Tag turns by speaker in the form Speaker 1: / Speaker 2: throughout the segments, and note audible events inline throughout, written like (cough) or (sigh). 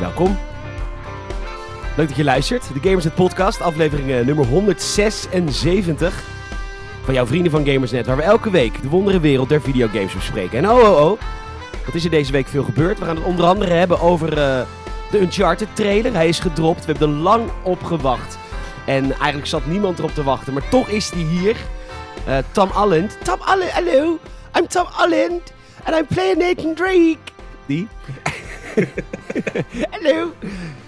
Speaker 1: Welkom. Leuk dat je luistert. De Gamers Net Podcast, aflevering eh, nummer 176. Van jouw vrienden van Gamersnet, waar we elke week de wondere wereld der videogames bespreken. En oh, oh, oh, wat is er deze week veel gebeurd? We gaan het onder andere hebben over eh, de Uncharted trailer. Hij is gedropt, we hebben er lang op gewacht. En eigenlijk zat niemand erop te wachten, maar toch is hij hier. Eh, Tam Allend. Tam Allend, hallo. I'm Tam Allend. And I'm playing Nathan Drake. Die. Hallo.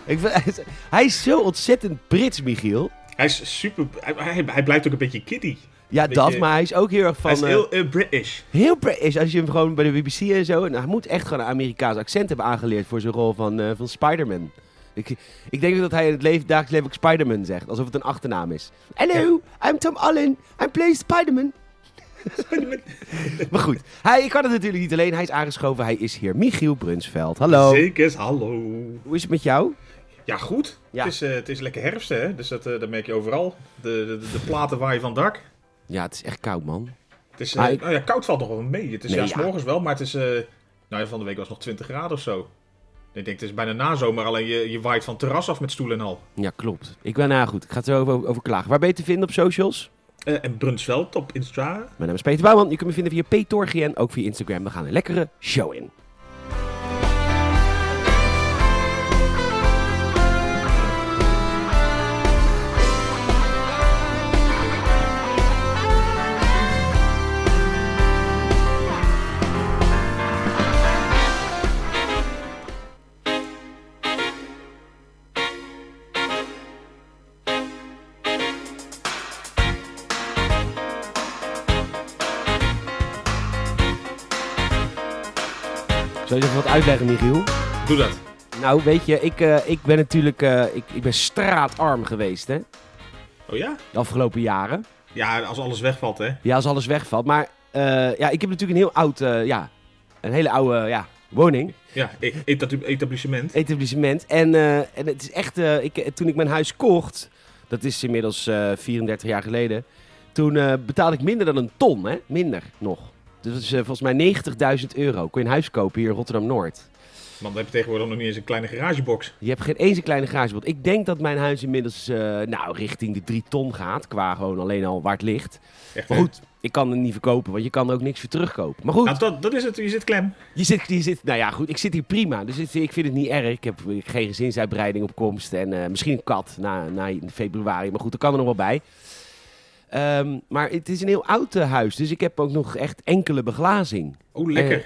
Speaker 1: Ik vind- hij is- hij is zo ontzettend Brits, Michiel.
Speaker 2: Hij is super. Hij, hij, hij blijft ook een beetje kiddie.
Speaker 1: Ja,
Speaker 2: Beetje-
Speaker 1: dat, maar hij is ook heel erg van...
Speaker 2: hij is
Speaker 1: eh,
Speaker 2: heel eh, British.
Speaker 1: heel British. Als je hem gewoon bij de BBC en zo... En hij moet echt gewoon een Amerikaans accent hebben aangeleerd voor zijn rol van, eh, van Spider-Man. Ik, ik denk dat hij in het leven, dagelijks leven ook Spider-Man zegt. Alsof het een achternaam is. Hallo, I'm Tom Allen. I'm playing Spider-Man. (laughs) maar goed, hij ik kan het natuurlijk niet alleen. Hij is aangeschoven. Hij is hier. Michiel Brunsveld. Hallo.
Speaker 2: Zeker, hallo.
Speaker 1: Hoe is het met jou?
Speaker 2: Ja, goed.
Speaker 1: Ja.
Speaker 2: Het, is, eh, het is lekker herfst, hè? Dus dat, eh, dat merk je overal. De, de, de platen waaien van het dak.
Speaker 1: Ja, het is echt koud, man.
Speaker 2: Het is, eh,
Speaker 1: Maar ik-
Speaker 2: nou ja, koud valt nog wel mee. Het is
Speaker 1: Nee,
Speaker 2: ja, 's
Speaker 1: ja.
Speaker 2: morgens wel, maar het is. eh, nou ja, van de week was het nog 20 graden of zo. Ik denk, het is bijna nazomer, alleen je, je waait van het terras af met stoelen en al.
Speaker 1: Ja, klopt. Ik ben, nou goed, ik ga het zo over, over klagen. Waar ben je te vinden op socials?
Speaker 2: Eh, en Brunsveld op Insta.
Speaker 1: Mijn naam is Peter Bouwman. Je kunt me vinden via Petorgie en ook via Instagram. We gaan een lekkere show in. Zal je even wat uitleggen, Michiel?
Speaker 2: Doe dat.
Speaker 1: Nou, weet je, ik, eh, ik ben natuurlijk eh, ik, ik ben straatarm geweest, hè?
Speaker 2: Oh ja?
Speaker 1: De afgelopen jaren.
Speaker 2: Ja, als alles wegvalt, hè?
Speaker 1: Ja, als alles wegvalt. Maar eh, ja, ik heb natuurlijk een heel oud, eh, ja, een hele oude ja, woning,
Speaker 2: Ja, e- etab- etablissement.
Speaker 1: etablissement. En, eh, en het is echt, eh, ik, eh, toen ik mijn huis kocht, dat is inmiddels eh, 34 jaar geleden, toen eh, betaalde ik minder dan een ton, hè? Minder nog. Dus dat is eh, volgens mij 90.000 euro. Kon je een huis kopen hier in Rotterdam-Noord.
Speaker 2: Man, dan heb je tegenwoordig nog niet eens een kleine garagebox.
Speaker 1: Je hebt geen eens een kleine garagebod. Ik denk dat mijn huis inmiddels eh, nou, richting de 3 ton gaat. Qua gewoon alleen al waar het ligt.
Speaker 2: Echt,
Speaker 1: Maar
Speaker 2: hè?
Speaker 1: goed, ik kan het niet verkopen, want je kan er ook niks voor terugkopen. Maar goed,
Speaker 2: Nou, dat, dat is het. Je zit klem.
Speaker 1: je zit, je zit, nou ja, goed, ik zit hier prima. Dus het- ik vind het niet erg. Ik heb geen gezinsuitbreiding op komst. En eh, misschien een kat na, na februari. Maar goed, dat kan er nog wel bij. Ehm, maar het is een heel oud eh, huis. Dus ik heb ook nog echt enkele beglazing.
Speaker 2: Oh, lekker.
Speaker 1: Eh.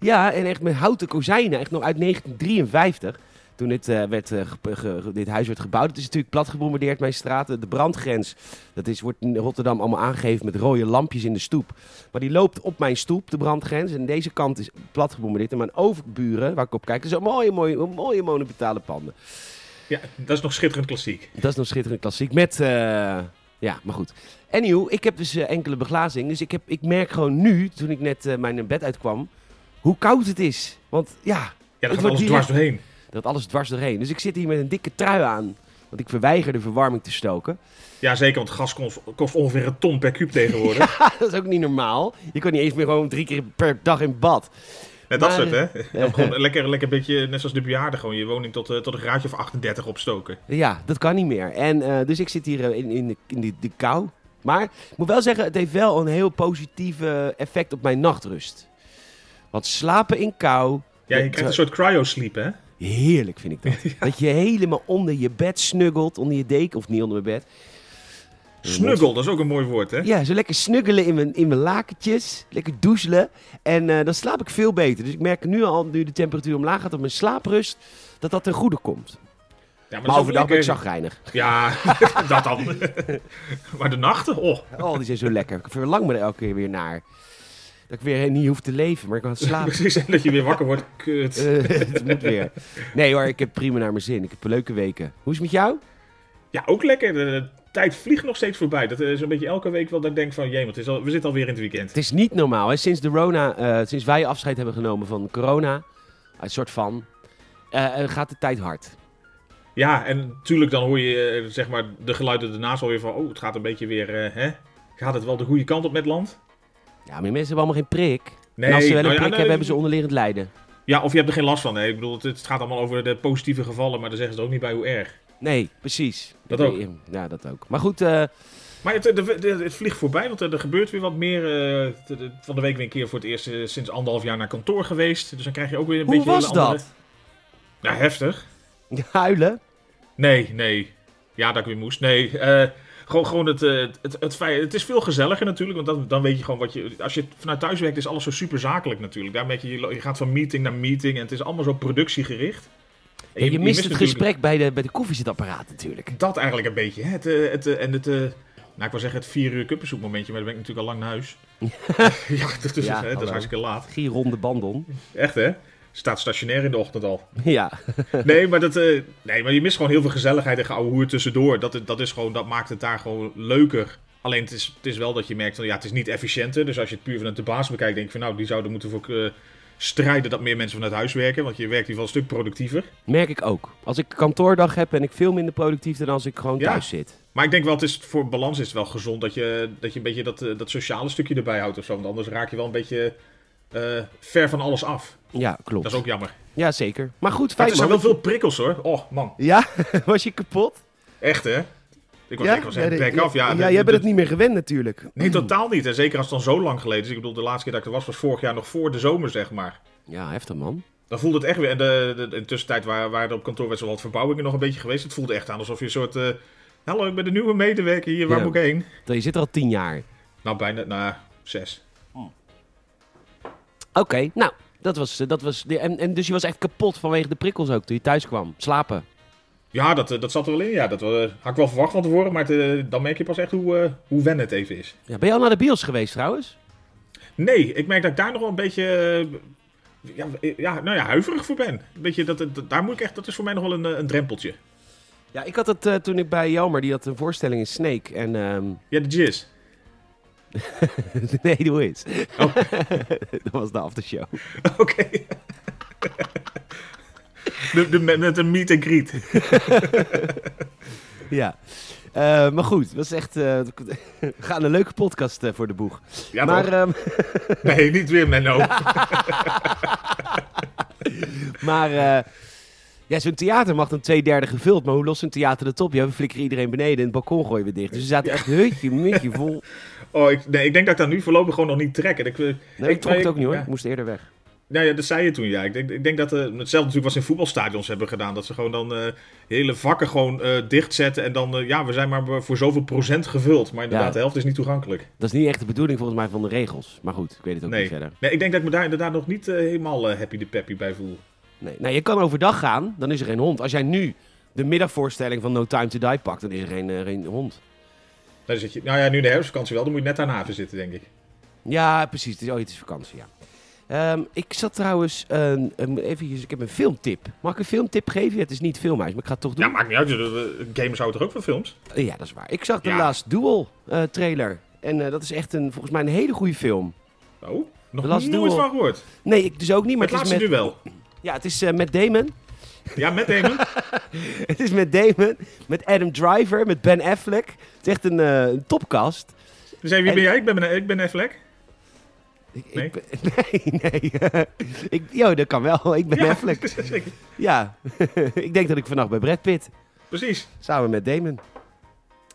Speaker 1: Ja, en echt met houten kozijnen, echt nog uit 1953. Toen dit, eh, werd, eh, ge- ge- ge- dit huis werd gebouwd. Het is natuurlijk plat gebombardeerd, mijn straten. De brandgrens, dat is, wordt in Rotterdam allemaal aangegeven met rode lampjes in de stoep. Maar die loopt op mijn stoep, de brandgrens. En deze kant is plat gebombardeerd. En mijn overburen, waar ik op kijk, dat zijn mooie, mooie, mooie monumentale panden.
Speaker 2: Ja, dat is nog schitterend klassiek.
Speaker 1: Dat is nog schitterend klassiek. Met, eh, ja, maar goed. Anyhow, ik heb dus eh, enkele beglazing. Dus ik, heb, ik merk gewoon nu, toen ik net eh, mijn bed uitkwam, hoe koud het is. Want ja,
Speaker 2: Ja,
Speaker 1: Het
Speaker 2: daar
Speaker 1: wordt
Speaker 2: gaat alles dwars
Speaker 1: direct-
Speaker 2: doorheen.
Speaker 1: Dat alles dwars doorheen. Dus ik zit hier met een dikke trui aan. Want ik verweiger de verwarming te stoken. (laughs)
Speaker 2: Ja, zeker, want gas kost, kost ongeveer een ton per kuub
Speaker 1: (laughs)
Speaker 2: tegenwoordig.
Speaker 1: Ah, dat is ook niet normaal. Je kan niet eens meer gewoon drie keer per dag in bad.
Speaker 2: Net dat
Speaker 1: Maar, eh,
Speaker 2: soort, hè? Of gewoon lekker, lekker beetje, net zoals de bejaarden, gewoon je woning tot, eh, tot een graadje of 38 opstoken.
Speaker 1: Ja, dat kan niet meer. En, eh, dus ik zit hier eh, in, in, de, in de, de kou. Maar ik moet wel zeggen, het heeft wel een heel positieve effect op mijn nachtrust. Want slapen in kou,
Speaker 2: Ja, je
Speaker 1: Dat,
Speaker 2: krijgt een
Speaker 1: eh,
Speaker 2: soort cryo-sleep, hè?
Speaker 1: heerlijk vind ik
Speaker 2: (laughs)
Speaker 1: dat. Dat je helemaal onder je bed snuggelt, onder je deken, of niet onder mijn bed.
Speaker 2: Snuggle, dat is ook een mooi woord, hè?
Speaker 1: Ja, zo lekker snuggelen in mijn, in mijn lakentjes. Lekker douchelen. En eh, dan slaap ik veel beter. Dus ik merk nu al, nu de temperatuur omlaag gaat op mijn slaaprust, dat dat ten goede komt.
Speaker 2: dat is
Speaker 1: Maar
Speaker 2: ook
Speaker 1: overdag ben ik
Speaker 2: lekker-
Speaker 1: zagrijnig.
Speaker 2: Ja, (laughs)
Speaker 1: (laughs)
Speaker 2: dat dan. maar de nachten, oh.
Speaker 1: Oh, die zijn zo lekker. Ik verlang me er elke keer weer naar. Dat ik weer niet hoef te leven, maar ik kan slapen.
Speaker 2: (laughs) Precies, en dat je weer wakker wordt. Kut.
Speaker 1: Eh, het moet weer. Nee hoor, ik heb prima naar mijn zin. Ik heb leuke weken. Hoe is het met jou?
Speaker 2: Ja, ook lekker. De- de- tijd vliegt nog steeds voorbij. Dat is een beetje elke week wel dat ik denk van... Jee, het is al, we zitten alweer in het weekend.
Speaker 1: Het is niet normaal. Hè? Sinds, de Rona, eh, sinds wij afscheid hebben genomen van corona, een soort van, eh, eh, gaat de tijd hard.
Speaker 2: Ja, en natuurlijk dan hoor je eh, zeg maar, de geluiden ernaast alweer van... Oh, het gaat een beetje weer... eh, hè? Gaat het wel de goede kant op met land?
Speaker 1: Ja, maar die mensen hebben allemaal geen prik.
Speaker 2: Nee,
Speaker 1: en als ze wel een prik
Speaker 2: nou ja,
Speaker 1: hebben,
Speaker 2: nee,
Speaker 1: hebben ze onderliggend lijden.
Speaker 2: Ja, of je hebt er geen last van. Hè? Ik bedoel, het, het gaat allemaal over de positieve gevallen, maar daar zeggen ze er ook niet bij hoe erg.
Speaker 1: Nee, precies.
Speaker 2: Dat
Speaker 1: Ik-
Speaker 2: ook.
Speaker 1: eh, Ja, dat ook. Maar goed, eh,
Speaker 2: Maar het, de- de- het vliegt voorbij, want er er gebeurt weer wat meer. eh, de- de- van de week ben ik een keer voor het eerst eh, sinds anderhalf jaar naar kantoor geweest. Dus dan krijg je ook weer een
Speaker 1: hoe
Speaker 2: beetje...
Speaker 1: was
Speaker 2: hele andere-
Speaker 1: dat? (laughs)
Speaker 2: Ja, heftig.
Speaker 1: Huilen?
Speaker 2: Nee, nee. Ja, dat ik weer moest. Nee, eh, gewoon, gewoon het, eh, het, het, het feit... Het is veel gezelliger natuurlijk, want dan, dan weet je gewoon wat je... Als je vanuit thuis werkt, is alles zo super zakelijk natuurlijk. Daar merk je, je, lo- je gaat van meeting naar meeting en het is allemaal zo productiegericht. En
Speaker 1: Ja, je, mist het
Speaker 2: natuurlijk-
Speaker 1: gesprek bij de, bij de koffiezetapparaat natuurlijk.
Speaker 2: Dat eigenlijk een beetje. hè. Het, eh, het, eh, en het, eh, nou ik wil zeggen het vier uur kuppensoepmomentje, maar dan ben ik natuurlijk al lang naar
Speaker 1: (laughs)
Speaker 2: huis. ja, (laughs) dat is,
Speaker 1: Ja,
Speaker 2: hè, dat
Speaker 1: hallo.
Speaker 2: is hartstikke laat.
Speaker 1: Gieronde bandon.
Speaker 2: Echt hè? Staat stationair in de ochtend al.
Speaker 1: (laughs) ja.
Speaker 2: Nee, maar, dat, eh, nee, maar je mist gewoon heel veel gezelligheid en geouwehoer tussendoor. Dat, dat, is gewoon, dat maakt het daar gewoon leuker. Alleen het is, het is wel dat je merkt, van, ja, het is niet efficiënter. Dus als je het puur vanuit de baas bekijkt, denk je van nou, die zouden moeten voor eh, strijden dat meer mensen vanuit huis werken. Want je werkt in ieder geval een stuk productiever.
Speaker 1: Merk ik ook. Als ik kantoordag heb, ben ik veel minder productief dan als ik gewoon
Speaker 2: Ja.
Speaker 1: thuis zit.
Speaker 2: Maar ik denk wel, het is, voor balans is het wel gezond dat je, dat je een beetje dat, eh, dat sociale stukje erbij houdt of zo. Want anders raak je wel een beetje eh, ver van alles af.
Speaker 1: Ja, klopt.
Speaker 2: Dat is ook jammer.
Speaker 1: Ja, zeker. Maar goed,
Speaker 2: Maar
Speaker 1: fijn
Speaker 2: er zijn wel
Speaker 1: man.
Speaker 2: veel prikkels hoor. Oh man,
Speaker 1: Ja, (laughs) was je kapot?
Speaker 2: echt hè? Ik was, ik was echt
Speaker 1: de-
Speaker 2: back af. Ja,
Speaker 1: ja,
Speaker 2: de-
Speaker 1: jij
Speaker 2: de-
Speaker 1: bent het
Speaker 2: de-
Speaker 1: niet meer gewend natuurlijk.
Speaker 2: Nee, totaal niet. En zeker als het dan zo lang geleden is. Ik bedoel, de laatste keer dat ik er was, was vorig jaar nog voor de zomer, zeg maar.
Speaker 1: Ja, heftig man.
Speaker 2: Dan voelde het echt weer. En de, de, in de tussentijd waren, waren er op kantoor best wel wat verbouwingen nog een beetje geweest. Het voelde echt aan alsof je een soort. eh, Hallo, ik ben de nieuwe medewerker hier. Waar
Speaker 1: Ja.
Speaker 2: moet ik heen?
Speaker 1: Je zit er al tien jaar.
Speaker 2: Nou, bijna. Nou, zes.
Speaker 1: Oké, nou, dat was... eh, Dat was de- en, en dus je was echt kapot vanwege de prikkels ook toen je thuis kwam. Slapen.
Speaker 2: Ja, dat, eh, dat zat er wel in. Ja, dat eh, had ik wel verwacht van tevoren, maar het, eh, dan merk je pas echt hoe, eh hoe wen het even is.
Speaker 1: Ja, ben je al naar de bios geweest trouwens?
Speaker 2: Nee, ik merk dat ik daar nog wel een beetje eh, ja, eh, ja, nou ja, huiverig voor ben. Een beetje dat, eh, dat, daar moet ik echt, dat is voor mij nog wel een, eh, een drempeltje.
Speaker 1: Ja, ik had het eh, toen ik bij Jelmer, die had een voorstelling in Snake. En ehm, (laughs)
Speaker 2: Ja, de jizz.
Speaker 1: Nee, doe eens.
Speaker 2: Oh.
Speaker 1: (laughs) dat was de aftershow.
Speaker 2: (laughs) Oké. de, de, met, met een meet and greet.
Speaker 1: Ja. Eh, maar goed, het was echt. eh, we gaan een leuke podcast eh, voor de boeg.
Speaker 2: Ja,
Speaker 1: maar,
Speaker 2: toch?
Speaker 1: ehm,
Speaker 2: Nee, niet
Speaker 1: (laughs)
Speaker 2: weer Menno.
Speaker 1: maar eh, ja, zo'n theater mag dan twee derde gevuld. Maar hoe lost een theater dat op? Ja, we flikkeren iedereen beneden en het balkon gooien we dicht. Dus we zaten echt hutje, mutje (laughs) vol.
Speaker 2: Oh, ik, nee, ik denk dat ik daar nu voorlopig gewoon nog niet trek. En Ik, eh,
Speaker 1: Nee, ik trok
Speaker 2: maar
Speaker 1: het ook niet hoor.
Speaker 2: ja.
Speaker 1: Ik moest eerder weg.
Speaker 2: Nou ja, dat zei je toen, ja. Ik denk, ik denk dat eh, hetzelfde natuurlijk wat ze in voetbalstadions hebben gedaan. Dat ze gewoon dan eh, hele vakken gewoon eh, dichtzetten. En dan, eh, ja, we zijn maar voor zoveel procent gevuld. Maar inderdaad,
Speaker 1: Ja.
Speaker 2: de helft is niet toegankelijk.
Speaker 1: Dat is niet echt de bedoeling volgens mij van de regels. Maar goed, ik weet het ook niet
Speaker 2: Nee.
Speaker 1: verder.
Speaker 2: nee, ik denk dat ik me daar inderdaad nog niet eh, helemaal eh, happy de peppy bij voel.
Speaker 1: Nee. Nou, je kan overdag gaan, dan is er geen hond. Als jij nu de middagvoorstelling van No Time to Die pakt, dan is er geen, eh, geen hond.
Speaker 2: Dan zit je, nou ja, nu de herfstvakantie wel. Dan moet je net aan haven zitten, denk ik.
Speaker 1: Ja, precies. Het is, oh, het is vakantie, ja. Ehm, ik zat trouwens... een een- eventjes, ik heb een filmtip. Mag ik een filmtip geven? Ja, het is niet filmhuis, maar ik ga het toch doen.
Speaker 2: Ja, maakt niet uit. eh, Gamers houden toch ook van films?
Speaker 1: Eh, ja, dat is waar. Ik zag de
Speaker 2: Ja.
Speaker 1: Last Duel eh, trailer. En eh, dat is echt een, volgens mij een hele goede film.
Speaker 2: Oh, nog
Speaker 1: The Last
Speaker 2: nooit
Speaker 1: Duel.
Speaker 2: van gehoord.
Speaker 1: Nee, ik dus ook niet, maar
Speaker 2: Het
Speaker 1: het,
Speaker 2: laatste
Speaker 1: is met,
Speaker 2: duel.
Speaker 1: ja, het is eh, met Damon.
Speaker 2: Ja, met Damon.
Speaker 1: (laughs) het is met Damon, met Adam Driver, met Ben Affleck. Het is echt een, eh, een topcast.
Speaker 2: Dus hey, wie
Speaker 1: En-
Speaker 2: ben jij? Ik ben, ik ben Affleck.
Speaker 1: Ik,
Speaker 2: Nee.
Speaker 1: ik ben- (laughs) nee, nee. (laughs) ik, yo, dat kan wel. Ik ben
Speaker 2: (laughs)
Speaker 1: Affleck. Ja, (laughs) ik denk dat ik vannacht bij Brad Pitt.
Speaker 2: Precies.
Speaker 1: Samen met Damon.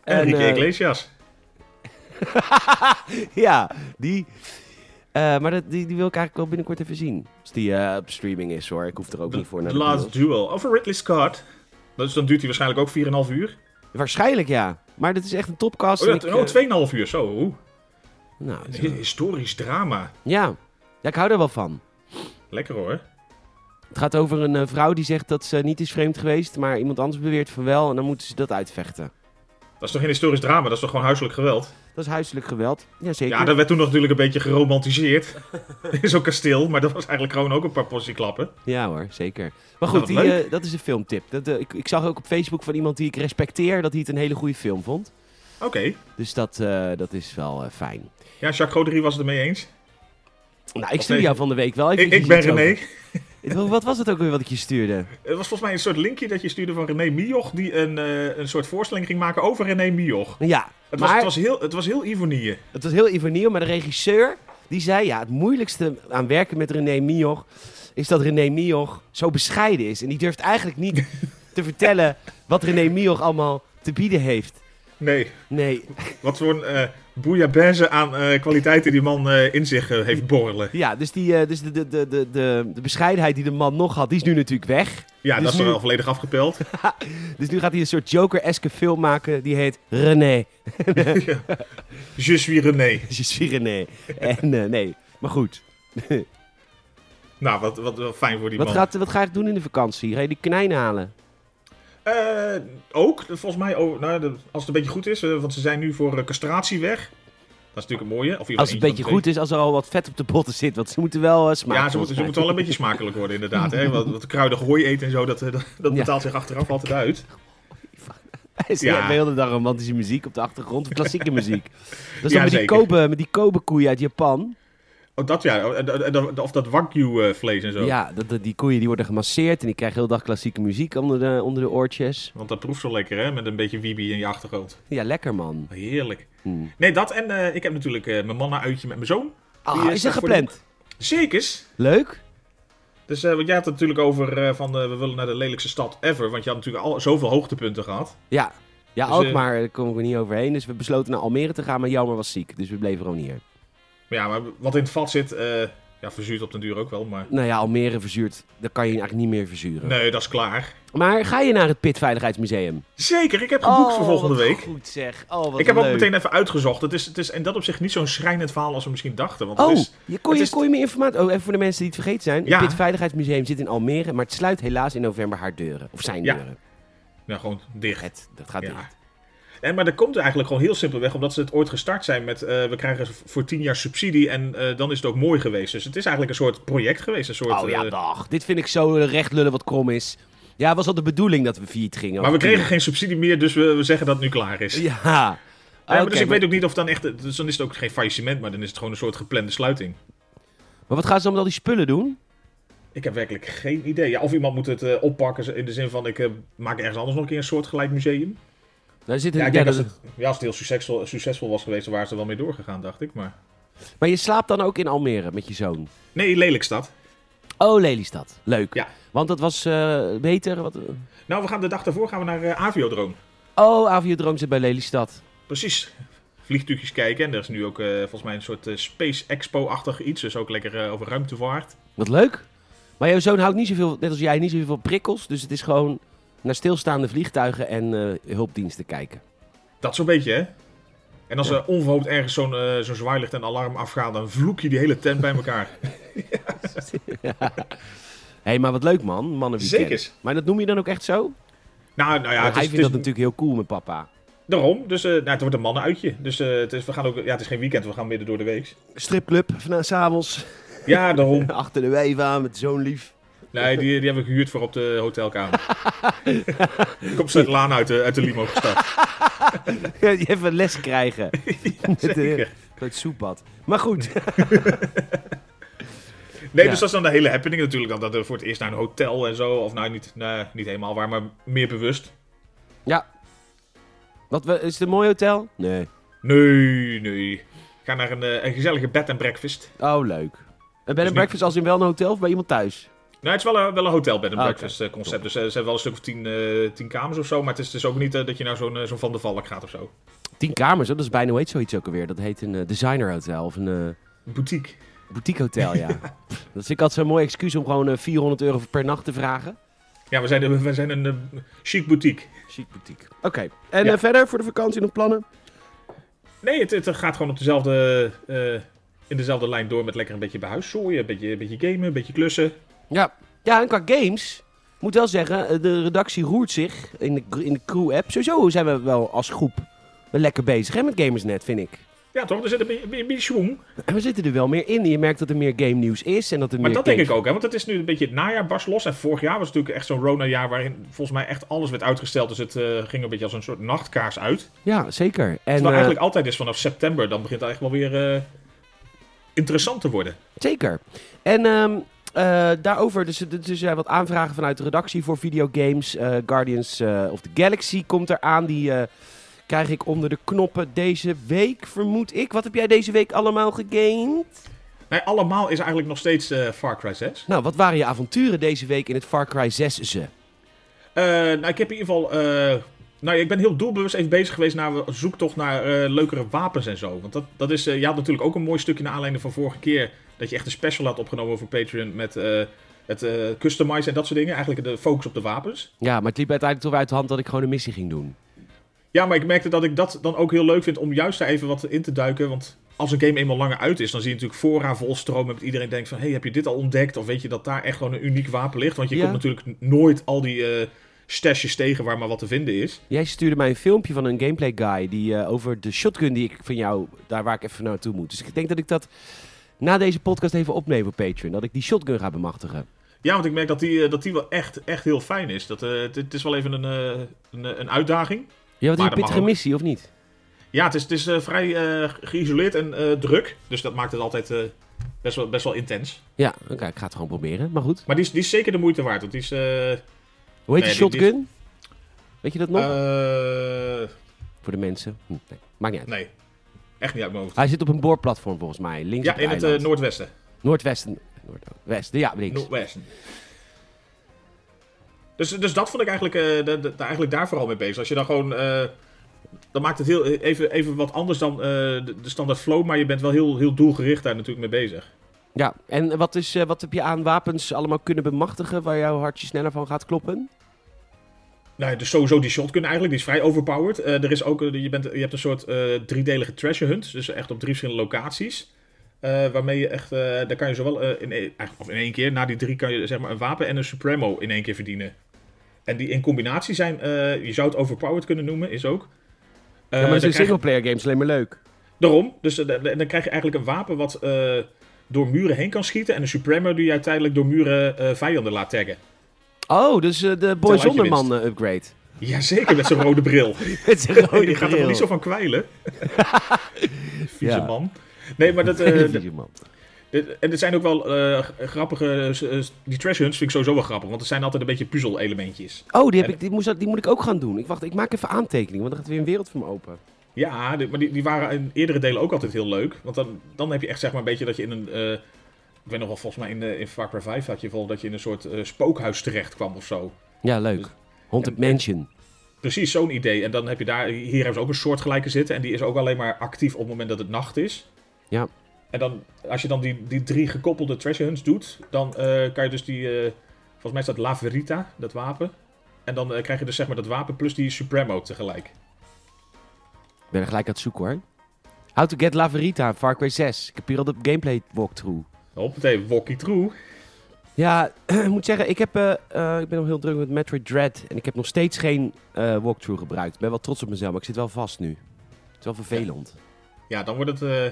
Speaker 2: En, Enrique
Speaker 1: eh,
Speaker 2: Iglesias.
Speaker 1: (laughs) ja, die. Eh, maar dat, die, die wil ik eigenlijk wel binnenkort even zien. Als die eh, op streaming is hoor. Ik hoef er ook niet voor naar
Speaker 2: The
Speaker 1: de
Speaker 2: Last
Speaker 1: bios.
Speaker 2: Duel. Over Ridley Scott. Dus dan duurt hij waarschijnlijk ook 4,5 uur.
Speaker 1: Waarschijnlijk ja. Maar dat is echt een topcast.
Speaker 2: Oh, ja,
Speaker 1: en ik, eh,
Speaker 2: oh 2,5 uur, zo. Oeh.
Speaker 1: nou,
Speaker 2: (laughs) Een
Speaker 1: zo.
Speaker 2: heel historisch drama.
Speaker 1: ja. ja, ik hou er wel van.
Speaker 2: Lekker hoor.
Speaker 1: Het gaat over een eh, vrouw die zegt dat ze niet is vreemd geweest. Maar iemand anders beweert van wel. En dan moeten ze dat uitvechten.
Speaker 2: Dat is toch geen historisch drama, dat is toch gewoon huiselijk geweld?
Speaker 1: Dat is huiselijk geweld. Jazeker.
Speaker 2: Ja, dat werd toen nog natuurlijk een beetje geromantiseerd. (laughs) In zo'n kasteel, maar dat was eigenlijk gewoon ook een paar klappen.
Speaker 1: Ja hoor, zeker. Maar
Speaker 2: Nou,
Speaker 1: goed,
Speaker 2: wat
Speaker 1: die,
Speaker 2: leuk.
Speaker 1: eh, dat is een filmtip. Dat, eh, ik, ik zag ook op Facebook van iemand die ik respecteer dat hij het een hele goede film vond.
Speaker 2: Oké.
Speaker 1: Dus dat, eh, dat is wel eh, fijn.
Speaker 2: Ja, Jacques Goderie was het ermee eens.
Speaker 1: Nou, ik
Speaker 2: Of
Speaker 1: stuur
Speaker 2: nee.
Speaker 1: jou van de week wel even.
Speaker 2: Ik, ik ben René.
Speaker 1: Wat was het ook weer wat ik je stuurde?
Speaker 2: Het was volgens mij een soort linkje dat je stuurde van René Mioch, die een, eh, een soort voorstelling ging maken over René Mioch.
Speaker 1: Ja,
Speaker 2: Het, was,
Speaker 1: maar
Speaker 2: het, was heel, het was heel ironieën.
Speaker 1: Het was heel even nieuw, maar de regisseur die zei: ja, het moeilijkste aan werken met René Mioch is dat René Mioch zo bescheiden is. En die durft eigenlijk niet te vertellen wat René Mioch allemaal te bieden heeft.
Speaker 2: Nee,
Speaker 1: Nee,
Speaker 2: wat voor een eh bouillabaisse aan eh, kwaliteiten die man eh, in zich eh, heeft borrelen.
Speaker 1: ja, dus, die, eh, dus de, de, de, de, de, de bescheidenheid die de man nog had, die is nu natuurlijk weg.
Speaker 2: Ja,
Speaker 1: Dus
Speaker 2: dat is
Speaker 1: nu-
Speaker 2: er wel volledig afgepeld.
Speaker 1: Dus nu gaat hij een soort Joker-eske film maken die heet René. (laughs)
Speaker 2: Je suis René.
Speaker 1: Je suis René. En eh, nee, maar goed.
Speaker 2: Nou, wat, wat, wat fijn voor die
Speaker 1: Wat,
Speaker 2: man.
Speaker 1: gaat, wat ga je doen in de vakantie? Ga je die knijnen halen?
Speaker 2: Eh, ook, volgens mij, oh, nou, de- als het een beetje goed is, eh, want ze zijn nu voor eh, castratie weg. Dat is natuurlijk een mooie. Of in ieder geval
Speaker 1: Als het een
Speaker 2: eentje
Speaker 1: beetje
Speaker 2: van de
Speaker 1: goed is, als er al wat vet op de botten zit. Want ze moeten wel eh,
Speaker 2: twee.
Speaker 1: smaak
Speaker 2: Ja, ze moeten, ze moeten wel een beetje smakelijk worden,
Speaker 1: (laughs)
Speaker 2: inderdaad. Hè? Wat, wat kruidig hooi eten en zo, dat, eh, dat, dat
Speaker 1: Ja.
Speaker 2: betaalt zich achteraf altijd uit.
Speaker 1: Is
Speaker 2: Ja.
Speaker 1: ja. de hele dag romantische muziek op de achtergrond, of
Speaker 2: (laughs)
Speaker 1: klassieke muziek. Dat is
Speaker 2: Ja,
Speaker 1: dan met, die
Speaker 2: zeker.
Speaker 1: kobe, met die kobe-koeien uit Japan.
Speaker 2: Oh, dat ja, Oh, en- en- en- of dat wagyu-vlees en zo.
Speaker 1: Ja, dat, dat- die koeien die worden gemasseerd en die krijgen de hele dag klassieke muziek onder de, onder de oortjes.
Speaker 2: Want dat proeft zo lekker, hè? Met een beetje wiebi in je achtergrond.
Speaker 1: Ja, lekker man.
Speaker 2: Heerlijk.
Speaker 1: Hmm.
Speaker 2: Nee, dat en eh, ik heb natuurlijk eh, mijn man naar uitje met mijn zoon.
Speaker 1: Ah,
Speaker 2: Die
Speaker 1: is
Speaker 2: staat
Speaker 1: dat
Speaker 2: voor de
Speaker 1: gepland?
Speaker 2: Zekers.
Speaker 1: Leuk?
Speaker 2: Dus eh, want jij had het natuurlijk over eh, van eh, we willen naar de lelijkste stad ever. Want je had natuurlijk al zoveel hoogtepunten gehad.
Speaker 1: Ja. Ja,
Speaker 2: Dus, eh,
Speaker 1: Alkmaar daar kom ik er niet overheen. Dus we besloten naar Almere te gaan, maar Jelmer was ziek. Dus we bleven gewoon hier.
Speaker 2: Maar ja, maar wat in het vat zit, eh, ja, verzuurt op den duur ook wel. Maar
Speaker 1: Nou ja, Almere verzuurd, dat kan je eigenlijk niet meer verzuren.
Speaker 2: nee, dat is klaar.
Speaker 1: Maar ga je naar het Pitveiligheidsmuseum?
Speaker 2: Zeker, ik heb geboekt
Speaker 1: Oh,
Speaker 2: voor volgende
Speaker 1: wat
Speaker 2: week.
Speaker 1: goed zeg. Oh, wat
Speaker 2: Ik heb
Speaker 1: leuk.
Speaker 2: ook meteen even uitgezocht. Het is, het is in dat opzicht niet zo'n schrijnend verhaal als we misschien dachten. Want het
Speaker 1: Oh,
Speaker 2: is,
Speaker 1: je, kon, je,
Speaker 2: het is-
Speaker 1: kon je meer informatie... Oh, even voor de mensen die het vergeten zijn.
Speaker 2: Ja.
Speaker 1: Het Pitveiligheidsmuseum zit in Almere, maar het sluit helaas in november haar deuren. Of zijn
Speaker 2: Ja.
Speaker 1: deuren.
Speaker 2: nou, gewoon dicht.
Speaker 1: Het, dat gaat
Speaker 2: Ja.
Speaker 1: dicht.
Speaker 2: En, maar dat komt eigenlijk gewoon heel simpelweg omdat ze het ooit gestart zijn met eh, we krijgen voor tien jaar subsidie en eh, dan is het ook mooi geweest. Dus het is eigenlijk een soort project geweest. Een soort,
Speaker 1: Oh ja,
Speaker 2: eh,
Speaker 1: dag. Dit vind ik zo eh, recht lullen wat krom is. Ja, was al de bedoeling dat we failliet gingen.
Speaker 2: maar we kregen geen subsidie meer, dus we, we zeggen dat het nu klaar is.
Speaker 1: Ja. Ja,
Speaker 2: Ja, maar
Speaker 1: oké,
Speaker 2: dus ik
Speaker 1: maar,
Speaker 2: weet ook niet of dan echt. Dus dan is het ook geen faillissement, maar dan is het gewoon een soort geplande sluiting.
Speaker 1: maar wat gaan ze dan met al die spullen doen?
Speaker 2: Ik heb werkelijk geen idee. Ja, of iemand moet het eh, oppakken in de zin van ik eh, maak ergens anders nog een keer een soortgelijk museum.
Speaker 1: Daar zitten,
Speaker 2: Ja, ik
Speaker 1: ja,
Speaker 2: denk als
Speaker 1: dat-
Speaker 2: het, ja, als het heel succesvol, succesvol was geweest, dan waren ze er wel mee doorgegaan, dacht ik. Maar
Speaker 1: Maar je slaapt dan ook in Almere met je zoon.
Speaker 2: nee, Lelystad.
Speaker 1: Oh, Lelystad. Leuk.
Speaker 2: Ja.
Speaker 1: Want dat was eh, beter. Wat...
Speaker 2: Nou, we gaan de dag daarvoor gaan we naar eh, Aviodroom.
Speaker 1: Oh, Aviodroom zit bij Lelystad.
Speaker 2: Precies. Vliegtuigjes kijken. En er is nu ook eh, volgens mij een soort eh, Space Expo-achtig iets. Dus ook lekker eh, over ruimtevaart.
Speaker 1: Wat leuk. Maar jouw zoon houdt niet zoveel, net als jij, niet zoveel van prikkels. Dus het is gewoon naar stilstaande vliegtuigen en eh, hulpdiensten kijken.
Speaker 2: Dat zo'n beetje, hè? En als
Speaker 1: Ja.
Speaker 2: er onverhoopt ergens zo'n eh, zo'n zwaailicht en alarm afgaat, dan vloek je die hele tent bij elkaar. (laughs)
Speaker 1: Hé, maar wat leuk man, mannenweekend.
Speaker 2: Zekers.
Speaker 1: Maar dat noem je dan ook echt zo?
Speaker 2: nou, nou ja,
Speaker 1: hij
Speaker 2: het is,
Speaker 1: vindt
Speaker 2: het is
Speaker 1: dat natuurlijk heel cool met papa.
Speaker 2: daarom. Dus eh, nou, het wordt een mannenuitje. Dus eh, het, is, we gaan ook, ja, het is geen weekend, we gaan midden door de week.
Speaker 1: Stripclub, vanavond s'avonds, (laughs)
Speaker 2: Ja, daarom.
Speaker 1: achter de wijf aan met zo'n (laughs) lief.
Speaker 2: Nee, die, die hebben we gehuurd voor op de
Speaker 1: (laughs)
Speaker 2: hotelkamer. Komt ze het laan uit de, uit de limo gestapt.
Speaker 1: Even les (laughs) krijgen. met
Speaker 2: Zeker.
Speaker 1: het soepbad. Maar goed, (laughs)
Speaker 2: Nee,
Speaker 1: Ja.
Speaker 2: dus dat is dan de hele happening natuurlijk. Dan, dat we voor het eerst naar een hotel en zo. Of nou, niet, nee, niet helemaal waar, maar meer bewust.
Speaker 1: wat we, is het een mooi hotel? Nee.
Speaker 2: Nee, nee. Ik Ga naar een, eh, een gezellige bed and breakfast.
Speaker 1: Oh, leuk. En bed
Speaker 2: niet-
Speaker 1: and breakfast als in wel een hotel of bij iemand thuis?
Speaker 2: Nou, het is wel een, wel een hotel bed and
Speaker 1: Ah,
Speaker 2: breakfast eh, concept. Dus eh, ze hebben wel een stuk of tien, eh, tien kamers of zo. Maar het is dus ook niet eh, dat je naar zo'n eh, zo'n Van der Valk gaat of zo.
Speaker 1: Tien kamers, dat is bijna, hoe heet zoiets ook alweer? Dat heet een eh, designerhotel of een... eh,
Speaker 2: Een boutique.
Speaker 1: Boutique hotel, ja.
Speaker 2: (laughs)
Speaker 1: Pff, Dat vind ik altijd zo'n mooi excuus om gewoon eh, 400 euro per nacht te vragen.
Speaker 2: Ja, we zijn, we zijn een eh, chic boutique.
Speaker 1: Chic boutique. Oké. En
Speaker 2: Ja.
Speaker 1: eh, verder voor de vakantie nog plannen?
Speaker 2: Nee, het, het gaat gewoon op dezelfde, eh, in dezelfde lijn door met lekker een beetje bij huis zooien. Een beetje, een beetje gamen, een beetje klussen.
Speaker 1: Ja. Ja, en qua games... ik Moet wel zeggen, eh, de redactie roert zich in de, in de crew-app. Sowieso zijn we wel als groep wel lekker bezig hè, met Gamersnet, vind ik. (clears throat)
Speaker 2: Ja, toch? Er zit een beetje- een beetje schwung.
Speaker 1: En we zitten er wel meer in. Je merkt dat er meer game nieuws is en dat er
Speaker 2: Maar
Speaker 1: meer
Speaker 2: dat denk
Speaker 1: games-
Speaker 2: ik ook, hè? want het is nu een beetje het najaar barst los. En vorig jaar was het natuurlijk echt zo'n Rona-jaar waarin volgens mij echt alles werd uitgesteld. Dus het eh, ging een beetje als een soort nachtkaars uit.
Speaker 1: Ja, zeker. En
Speaker 2: Terwijl
Speaker 1: eh,
Speaker 2: eigenlijk altijd is vanaf september, dan begint het eigenlijk wel weer eh, interessant te worden.
Speaker 1: Zeker. En ehm, eh, daarover, dus, dus zijn wat aanvragen vanuit de redactie voor videogames. Eh, Guardians eh, of the Galaxy komt eraan. Die eh, krijg ik onder de knoppen deze week, vermoed ik. Wat heb jij deze week allemaal gegamed?
Speaker 2: Nee, allemaal is eigenlijk nog steeds eh, Far Cry 6.
Speaker 1: Nou, wat waren je avonturen deze week in het Far Cry 6 ze?
Speaker 2: Eh, nou, ik heb in ieder geval. eh, nou, ja, ik ben heel doelbewust even bezig geweest naar een zoektocht naar eh, leukere wapens en zo. Want dat, dat is. eh, je had natuurlijk ook een mooi stukje naar aanleiding van vorige keer. Dat je echt een special had opgenomen voor Patreon met eh, het eh customizen en dat soort dingen. Eigenlijk de focus op de wapens.
Speaker 1: Ja, maar het liep uiteindelijk toch weer uit de hand dat ik gewoon een missie ging doen.
Speaker 2: Ja, maar ik merkte dat ik dat dan ook heel leuk vind om juist daar even wat in te duiken. Want als een game eenmaal langer uit is, dan zie je natuurlijk fora volstromen. Dat iedereen denkt van, hey, heb je dit al ontdekt? Of weet je dat daar echt gewoon een uniek wapen ligt? Want je
Speaker 1: Ja.
Speaker 2: komt natuurlijk nooit al die eh, stashes tegen waar maar wat te vinden is.
Speaker 1: Jij stuurde mij een filmpje van een gameplay guy die, eh, over de shotgun die ik van jou, daar waar ik even naartoe moet. Dus ik denk dat ik dat na deze podcast even opneem op Patreon. Dat ik die shotgun ga bemachtigen.
Speaker 2: Ja, want ik merk dat die, eh, dat die wel echt, echt heel fijn is. Dat, eh, het, het is wel even een, eh, een, eh, een uitdaging.
Speaker 1: Ja, wat
Speaker 2: Maar
Speaker 1: een
Speaker 2: dat
Speaker 1: pittige
Speaker 2: mag ook.
Speaker 1: missie, of niet?
Speaker 2: Ja, het is, het is eh, vrij eh, geïsoleerd en eh, druk. Dus dat maakt het altijd eh, best, wel, best wel intens.
Speaker 1: Ja, oké, ik ga het gewoon proberen. Maar goed.
Speaker 2: Maar die is, die is zeker de moeite waard. Want die is... eh,
Speaker 1: Hoe heet
Speaker 2: Nee,
Speaker 1: die
Speaker 2: dit- dit-
Speaker 1: shotgun? Weet je dat nog?
Speaker 2: eh,
Speaker 1: Voor de mensen. Hm, nee, maakt niet uit.
Speaker 2: Nee, echt niet uit mijn hoofd.
Speaker 1: Hij zit op een boorplatform volgens mij, links
Speaker 2: Ja,
Speaker 1: op het
Speaker 2: in het eh,
Speaker 1: eiland.
Speaker 2: noordwesten.
Speaker 1: Noordwesten. Noordwesten, ja, links.
Speaker 2: Noordwesten. Dus, dus dat vond ik eigenlijk, eh, de- de- eigenlijk daar vooral mee bezig. Als je dan gewoon... eh, dan maakt het heel, even, even wat anders dan eh, de, de standaard flow, maar je bent wel heel, heel doelgericht daar natuurlijk mee bezig.
Speaker 1: Ja, en wat, is, eh, wat heb je aan wapens allemaal kunnen bemachtigen waar jouw hartje sneller van gaat
Speaker 2: Eh,
Speaker 1: kloppen?
Speaker 2: Nou, ja, dus sowieso die shotgun eigenlijk, die is vrij overpowered. Eh, er is ook, eh, je, bent, je hebt een soort eh, driedelige treasure hunt, dus echt op drie verschillende locaties. Eh, waarmee je echt, eh, daar kan je zowel eh, in, één- eigenlijk- of in één keer, na die drie kan je zeg maar een wapen en een supremo in één keer verdienen. En die in combinatie zijn, eh, je zou het overpowered kunnen noemen, is ook. Eh,
Speaker 1: ja, maar
Speaker 2: dan
Speaker 1: dat is
Speaker 2: krijg je-
Speaker 1: een singleplayer game, is alleen maar leuk.
Speaker 2: Daarom, dus eh, dan dan krijg je eigenlijk een wapen wat eh, door muren heen kan schieten en een supremo die je tijdelijk door muren eh, vijanden laat taggen.
Speaker 1: Oh, dus eh, de Boy
Speaker 2: uit je
Speaker 1: Zonderman eh, upgrade. (laughs)
Speaker 2: Jazeker, met zijn rode bril.
Speaker 1: Het is een
Speaker 2: (laughs)
Speaker 1: rode
Speaker 2: je gaat er
Speaker 1: bril.
Speaker 2: nog niet zo van kwijlen. (laughs) Vieze
Speaker 1: Ja.
Speaker 2: man. Nee, maar dat, eh,
Speaker 1: Hele
Speaker 2: d-
Speaker 1: vieze man.
Speaker 2: d- en er zijn ook wel eh, g- grappige... eh, s- eh, die trash hunts vind ik sowieso wel grappig, want er zijn altijd een beetje puzzel-elementjes.
Speaker 1: Oh, die, heb
Speaker 2: En-
Speaker 1: ik, die, moest, die moet ik ook gaan doen. Ik, wacht, ik maak even aantekeningen, want dan gaat weer een wereld voor me open.
Speaker 2: Ja, die- maar die, die waren in eerdere delen ook altijd heel leuk. Want dan, dan heb je echt zeg maar een beetje dat je in een... eh, ik weet nog wel, volgens mij in, eh, in Far Cry 5 had je wel dat je in een soort eh, spookhuis terecht kwam of zo.
Speaker 1: Dus- Ja, leuk. Haunted Mansion.
Speaker 2: Precies zo'n idee. En dan heb je daar, hier hebben ze ook een soortgelijke zitten. En die is ook alleen maar actief op het moment dat het nacht is.
Speaker 1: Ja.
Speaker 2: En dan, als je dan die, die drie gekoppelde treasure hunts doet, dan eh, kan je dus die, eh, volgens mij is dat La Verita, dat wapen. En dan eh, krijg je dus zeg maar dat wapen plus die Supremo tegelijk.
Speaker 1: Ik ben er gelijk aan het zoeken hoor. How to get Laverita, Far Cry 6. Ik heb hier al de gameplay walkthrough.
Speaker 2: Hoppatee, walkie through.
Speaker 1: Ja, (clears throat) ik moet zeggen, ik, heb, eh, eh, ik ben nog heel druk met Metroid Dread. En ik heb nog steeds geen eh, walkthrough gebruikt. Ik ben wel trots op mezelf, maar ik zit wel vast nu. Het is wel vervelend.
Speaker 2: Ja, dan wordt het eh,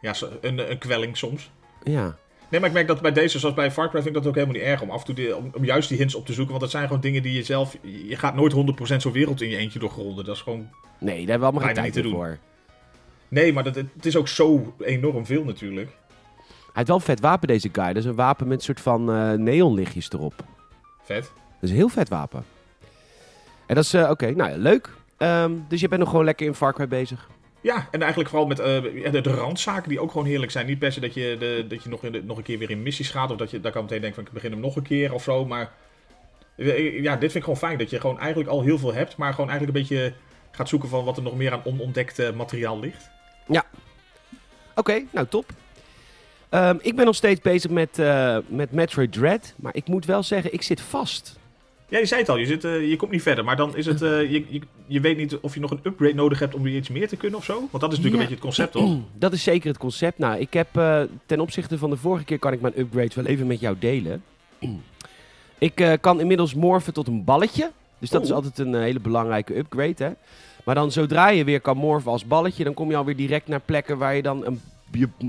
Speaker 2: ja, zo- een, een kwelling soms.
Speaker 1: Ja.
Speaker 2: Nee, maar ik merk dat bij deze, zoals bij Far Cry, vind ik dat ook helemaal niet erg om af en toe die- om, om juist die hints op te zoeken. Want dat zijn gewoon dingen die je zelf. Je gaat nooit 100% zo'n wereld in je eentje doorgronden. Dat is gewoon.
Speaker 1: Nee, daar hebben we allemaal geen
Speaker 2: Bijna
Speaker 1: tijd
Speaker 2: niet te
Speaker 1: meer voor.
Speaker 2: doen. Nee, maar dat, het is ook zo enorm veel natuurlijk.
Speaker 1: Hij heeft wel een vet wapen, deze guy. Dat is een wapen met een soort van eh, neonlichtjes erop.
Speaker 2: Vet.
Speaker 1: Dat is een heel vet wapen. En dat is, eh, oké, nou ja, leuk. Ehm, dus je bent nog gewoon lekker in Far Cry bezig.
Speaker 2: Ja, en eigenlijk vooral met eh, ja, de, de randzaken die ook gewoon heerlijk zijn. Niet per se dat je, de, dat je nog, in de- nog een keer weer in missies gaat. Of dat je daar kan meteen denken van ik begin hem nog een keer of zo. Maar eh, ja, dit vind ik gewoon fijn. Dat je gewoon eigenlijk al heel veel hebt. Maar gewoon eigenlijk een beetje gaat zoeken van wat er nog meer aan onontdekt eh, materiaal ligt.
Speaker 1: Oké, nou top. Ehm, ik ben nog steeds bezig met, eh, met Metroid Dread. Maar ik moet wel zeggen, ik zit vast.
Speaker 2: Ja, je zei het al. Je, zit, eh, je komt niet verder. Maar dan is het... eh, je, je, je weet niet of je nog een upgrade nodig hebt om weer iets meer te kunnen of zo. Want dat is natuurlijk
Speaker 1: Ja.
Speaker 2: een beetje het concept,
Speaker 1: (clears throat)
Speaker 2: toch?
Speaker 1: Dat is zeker het concept. Nou, ik heb eh, ten opzichte van de vorige keer kan ik mijn upgrade wel even met jou delen. (clears throat) Ik eh, kan inmiddels morfen tot een balletje. Dus dat is
Speaker 2: Oeh.
Speaker 1: altijd een eh, hele belangrijke upgrade. Hè? Maar dan zodra je weer kan morven als balletje, dan kom je alweer direct naar plekken waar je dan een b-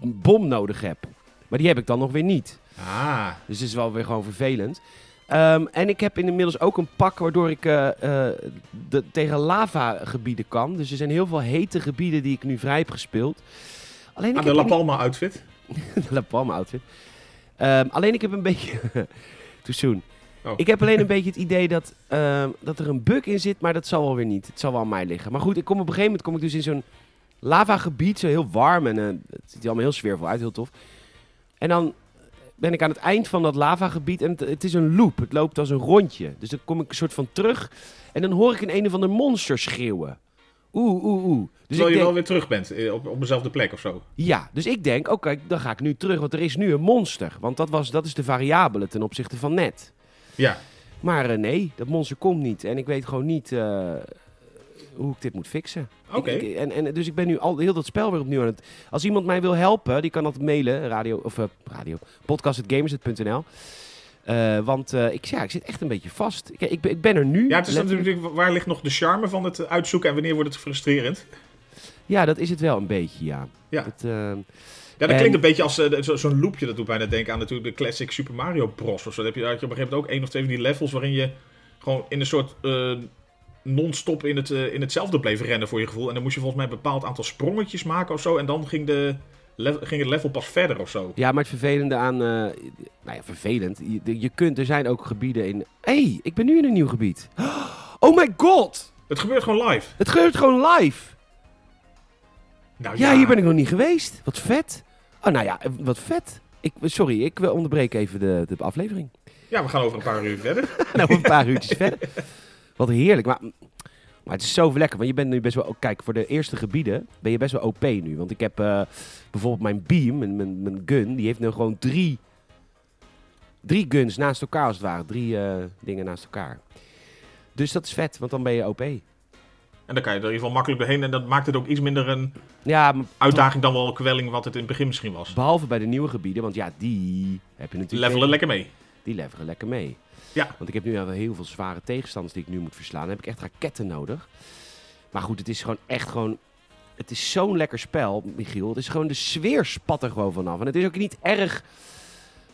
Speaker 1: bom nodig hebt. Maar die heb ik dan nog weer niet.
Speaker 2: Ah,
Speaker 1: Dus het is wel weer gewoon vervelend. Ehm, en ik heb inmiddels ook een pak waardoor ik eh, eh, de, tegen lavagebieden kan. Dus er zijn heel veel hete gebieden die ik nu vrij heb gespeeld. Alleen ik dus
Speaker 2: aan
Speaker 1: heb
Speaker 2: Ah, de La
Speaker 1: er
Speaker 2: Palma outfit.
Speaker 1: (laughs) de La Palma outfit. Ehm, alleen ik heb een beetje... (laughs) Too soon.
Speaker 2: Oh.
Speaker 1: Ik heb alleen een beetje het idee dat, ehm, dat er een bug in zit, maar dat zal wel weer niet. Het zal wel aan mij liggen. Maar goed, ik kom op een gegeven moment kom ik dus in zo'n lavagebied, zo heel warm en eh, het ziet er allemaal heel sfeervol uit, heel tof. En dan ben ik aan het eind van dat lavagebied en het, het is een loop, het loopt als een rondje. Dus dan kom ik een soort van terug en dan hoor ik een een of ander monster schreeuwen. Oeh, oeh, oeh. Dus ik
Speaker 2: terwijl je
Speaker 1: denk,
Speaker 2: wel weer terug bent eh, op, op dezelfde plek of zo.
Speaker 1: ja, dus ik denk, oké, dan ga ik nu terug, want er is nu een monster. Want dat, was, dat is de variabele ten opzichte van net.
Speaker 2: Ja,
Speaker 1: Maar eh, nee, dat monster komt niet. En ik weet gewoon niet eh, hoe ik dit moet fixen.
Speaker 2: oké.
Speaker 1: Ik- ik- en, en, dus ik ben nu al heel dat spel weer opnieuw aan het... Als iemand mij wil helpen, die kan dat mailen. Radio, of eh radio, podcast.gamerset.nl Eh, Want eh, ik, ja, ik zit echt een beetje vast. Ik, ik, ben- ik ben er nu.
Speaker 2: Ja, het is
Speaker 1: Let-
Speaker 2: natuurlijk, waar ligt nog de charme van het uitzoeken en wanneer wordt het frustrerend?
Speaker 1: ja, dat is het wel een beetje, ja.
Speaker 2: Ja.
Speaker 1: Dat, eh,
Speaker 2: Ja, dat
Speaker 1: En-
Speaker 2: klinkt een beetje als eh, zo- zo'n loopje. Dat doet bijna denken aan natuurlijk de classic Super Mario Bros. Of zo. Dan heb je, daar had je op een gegeven moment ook één of twee van die levels waarin je gewoon in een soort eh, non-stop in, het, eh, in hetzelfde bleef rennen voor je gevoel. En dan moest je volgens mij een bepaald aantal sprongetjes maken of zo. En dan ging, de, le- ging het level pas verder of zo.
Speaker 1: Ja, maar het vervelende aan... eh, nou ja, vervelend. Je, de- je kunt, er zijn ook gebieden in... Hé, hey, ik ben nu in een nieuw gebied. (gasps) Oh my god!
Speaker 2: Het gebeurt gewoon live.
Speaker 1: Het gebeurt gewoon live.
Speaker 2: Nou,
Speaker 1: Ja, hier ben ik nog niet geweest. Wat vet. Oh, nou ja, eh, wat vet. Ik, sorry, ik wil onderbreken even de, de aflevering.
Speaker 2: ja, we gaan over een paar uur verder.
Speaker 1: (laughs) nou, een paar uurtjes verder. Wat heerlijk. Maar, maar het is zo lekker, want je bent nu best wel... oh, Kijk, voor de eerste gebieden ben je best wel OP nu. Want ik heb eh, bijvoorbeeld mijn beam, mijn, mijn, mijn gun, die heeft nu gewoon drie... Drie guns naast elkaar als het ware. Drie eh, dingen naast elkaar. Dus dat is vet, want dan ben je OP.
Speaker 2: En dan kan je er in ieder geval makkelijk doorheen. En dat maakt het ook iets minder een
Speaker 1: Ja, maar
Speaker 2: uitdaging dan wel een kwelling wat het in het begin misschien was.
Speaker 1: behalve bij de nieuwe gebieden, want ja, die heb je natuurlijk...
Speaker 2: Levelen lekker mee.
Speaker 1: Die leveren lekker mee.
Speaker 2: Ja.
Speaker 1: Want ik heb nu al heel veel zware tegenstanders die ik nu moet verslaan. Dan heb ik echt raketten nodig. Maar goed, het is gewoon echt gewoon... Het is zo'n lekker spel, Michiel. Het is gewoon de sfeer spat er gewoon vanaf. En het is ook niet erg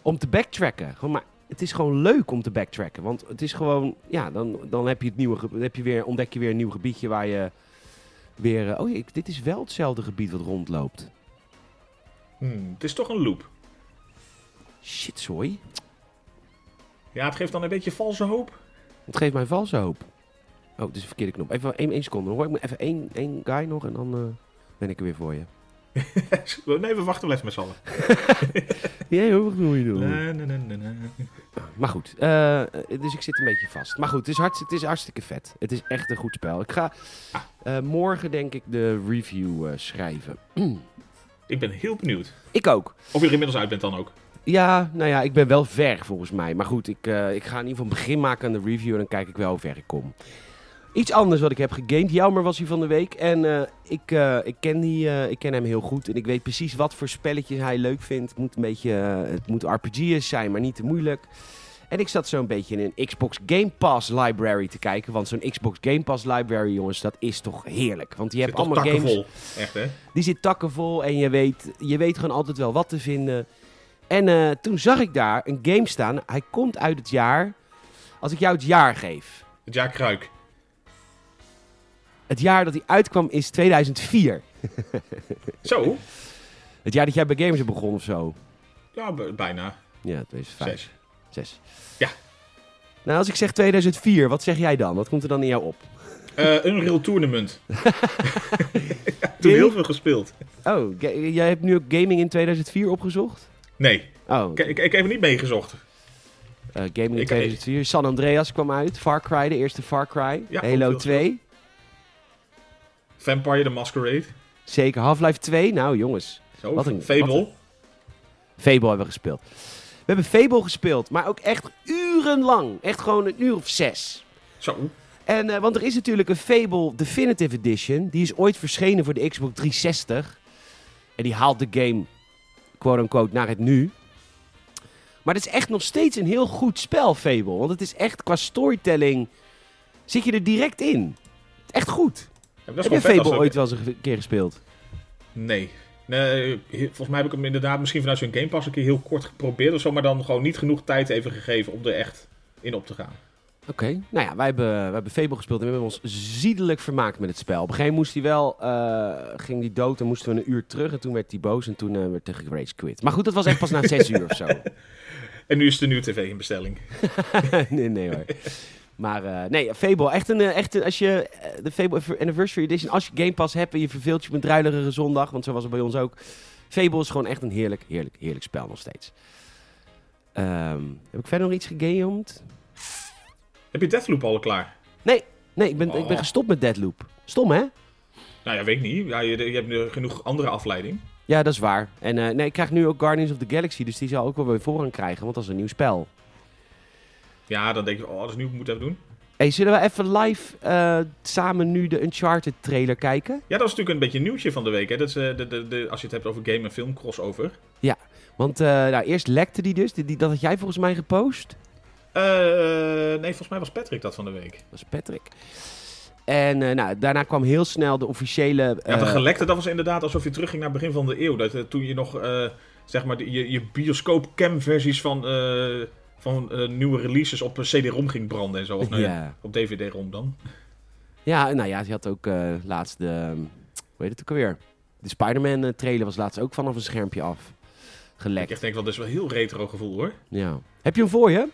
Speaker 1: om te backtracken. Gewoon, maar het is gewoon leuk om te backtracken. Want het is gewoon... Ja, dan, dan heb je het nieuwe... ge- dan Heb je weer, ontdek je weer een nieuw gebiedje waar je weer... eh, Oh, ik- dit is wel hetzelfde gebied wat rondloopt.
Speaker 2: Hmm, het is toch een loop.
Speaker 1: Shit, sorry.
Speaker 2: Ja, het geeft dan een beetje valse hoop.
Speaker 1: Het geeft mij valse hoop. Oh, dit is de verkeerde knop. Even één, één seconde. Hoor ik me even één, één guy nog en dan eh, ben ik er weer voor je.
Speaker 2: Nee, we wachten wel even met z'n allen.
Speaker 1: Jij hoor, wat moet je doen?
Speaker 2: Na, na, na, na, na.
Speaker 1: Maar goed, eh, dus ik zit een beetje vast. Maar goed, het is, hartst- het is hartstikke vet. Het is echt een goed spel. Ik ga eh, morgen denk ik de review eh, schrijven.
Speaker 2: Ik ben heel benieuwd.
Speaker 1: Ik ook.
Speaker 2: Of je er inmiddels uit bent dan ook.
Speaker 1: Ja, nou ja, ik ben wel ver volgens mij. Maar goed, ik, eh, ik ga in ieder geval een begin maken aan de review en dan kijk ik wel hoe ver ik kom. Iets anders wat ik heb gegamed. Jammer was hij van de week. En eh, ik, eh, ik, ken die, eh, ik ken hem heel goed. En ik weet precies wat voor spelletjes hij leuk vindt. Het moet een beetje eh, het moet RPG's zijn, maar niet te moeilijk. En ik zat zo'n beetje in een Xbox Game Pass library te kijken. Want zo'n Xbox Game Pass library, jongens, dat is toch heerlijk. Want je
Speaker 2: Je hebt
Speaker 1: hebt
Speaker 2: toch
Speaker 1: allemaal
Speaker 2: takken
Speaker 1: games...
Speaker 2: vol. Echt, hè?
Speaker 1: Die zit takkenvol en je weet, je weet gewoon altijd wel wat te vinden. En eh, toen zag ik daar een game staan. Hij komt uit het jaar. Als ik jou het jaar geef.
Speaker 2: Het jaar Kruik.
Speaker 1: Het jaar dat hij uitkwam is 2004.
Speaker 2: Zo?
Speaker 1: Het jaar dat jij bij Gamers begon of zo.
Speaker 2: Ja, b- bijna.
Speaker 1: Ja, 2005.
Speaker 2: Zes.
Speaker 1: Zes.
Speaker 2: Ja.
Speaker 1: Nou, als ik zeg 2004, wat zeg jij dan? Wat komt er dan in jou op?
Speaker 2: Eh, Unreal
Speaker 1: (laughs)
Speaker 2: Tournament. Toen heel veel gespeeld.
Speaker 1: Oh, ga- jij hebt nu ook gaming in 2004 opgezocht?
Speaker 2: Nee,
Speaker 1: Oh,
Speaker 2: ik, ik, ik heb er niet meegezocht.
Speaker 1: eh, gaming in
Speaker 2: ik-
Speaker 1: 2004. San Andreas kwam uit. Far Cry, de eerste Far Cry.
Speaker 2: Ja,
Speaker 1: Halo
Speaker 2: veel
Speaker 1: 2.
Speaker 2: Vampire the Masquerade.
Speaker 1: Zeker. Half-Life 2. Nou, jongens.
Speaker 2: Zo,
Speaker 1: Wat een-
Speaker 2: Fable.
Speaker 1: wat Fable hebben we gespeeld. We hebben Fable gespeeld, maar ook echt urenlang. Echt gewoon een uur of zes.
Speaker 2: Zo.
Speaker 1: En, eh, want er is natuurlijk een Fable Definitive Edition. Die is ooit verschenen voor de Xbox 360. En die haalt de game, quote-unquote, naar het nu. Maar het is echt nog steeds een heel goed spel, Fable. Want het is echt qua storytelling... Zit je er direct in. Echt goed.
Speaker 2: Ja, maar
Speaker 1: Heb
Speaker 2: gewoon
Speaker 1: je
Speaker 2: vet als
Speaker 1: Fable
Speaker 2: dat-
Speaker 1: ooit wel eens een ge- keer gespeeld?
Speaker 2: Nee. nee. he- Volgens mij heb ik hem inderdaad misschien vanuit zo'n Game Pass een keer heel kort geprobeerd of zo, maar dan gewoon niet genoeg tijd even gegeven om er echt in op te gaan.
Speaker 1: Oké. Nou ja, wij hebben, wij hebben Fable gespeeld en we hebben ons ziedelijk vermaakt met het spel. Op een gegeven moment moest hij wel, eh, ging die dood en moesten we een uur terug. En toen werd hij boos en toen eh, werd tegen Rage quit. Maar goed, dat was echt pas na zes uur of zo. (laughs)
Speaker 2: En nu is de nieuwe tv in bestelling.
Speaker 1: nee, nee hoor. Maar eh, nee, Fable, echt een, eh, echt een, als je eh, de Fable Anniversary Edition, als je Game Pass hebt en je verveelt je met druilerige zondag, want zo was het bij ons ook. Fable is gewoon echt een heerlijk, heerlijk, heerlijk spel nog steeds. Ehm, heb ik verder nog iets gegamed?
Speaker 2: Heb je Deathloop al klaar?
Speaker 1: Nee, ik ben, ik ben
Speaker 2: Oh.
Speaker 1: gestopt met Deadloop. Stom hè?
Speaker 2: Nou ja, weet ik niet. Ja, je, je hebt nu genoeg andere afleiding.
Speaker 1: Ja, dat is waar. En eh, nee, ik krijg nu ook Guardians of the Galaxy, dus die zal ook wel weer voorrang krijgen, want dat is een nieuw spel.
Speaker 2: Ja, dan denk je, oh, dat is nu moet even doen.
Speaker 1: Hey, zullen we even live eh, samen nu de Uncharted trailer kijken?
Speaker 2: Ja, dat is natuurlijk een beetje een nieuwtje van de week. Hè? Dat is, eh, de, de, de, als je het hebt over game en film crossover.
Speaker 1: Want eh, nou, eerst lekte die dus, die, die- dat had jij volgens mij gepost.
Speaker 2: Eh, eh, nee, volgens mij was Patrick dat van de week.
Speaker 1: Dat is Patrick. En eh, nou, daarna kwam heel snel de officiële...
Speaker 2: Ja, dat
Speaker 1: eh,
Speaker 2: gelekte, dat was inderdaad alsof je terugging naar het begin van de eeuw. Dat, eh, toen je nog, eh, zeg maar, de- je, je bioscoop-cam-versies van, eh, van eh, nieuwe releases op eh, CD-ROM ging branden en zo. Of nou ja,
Speaker 1: ja.
Speaker 2: op DVD-ROM dan.
Speaker 1: ja, nou ja, ze had ook eh, laatst de... ehm, Hoe heet het ook alweer? De Spider-Man eh, trailer was laatst ook vanaf een schermpje af
Speaker 2: Ik
Speaker 1: gelekt.
Speaker 2: echt denk, wel, dat is wel een heel retro gevoel hoor.
Speaker 1: Ja. Heb je hem voor je?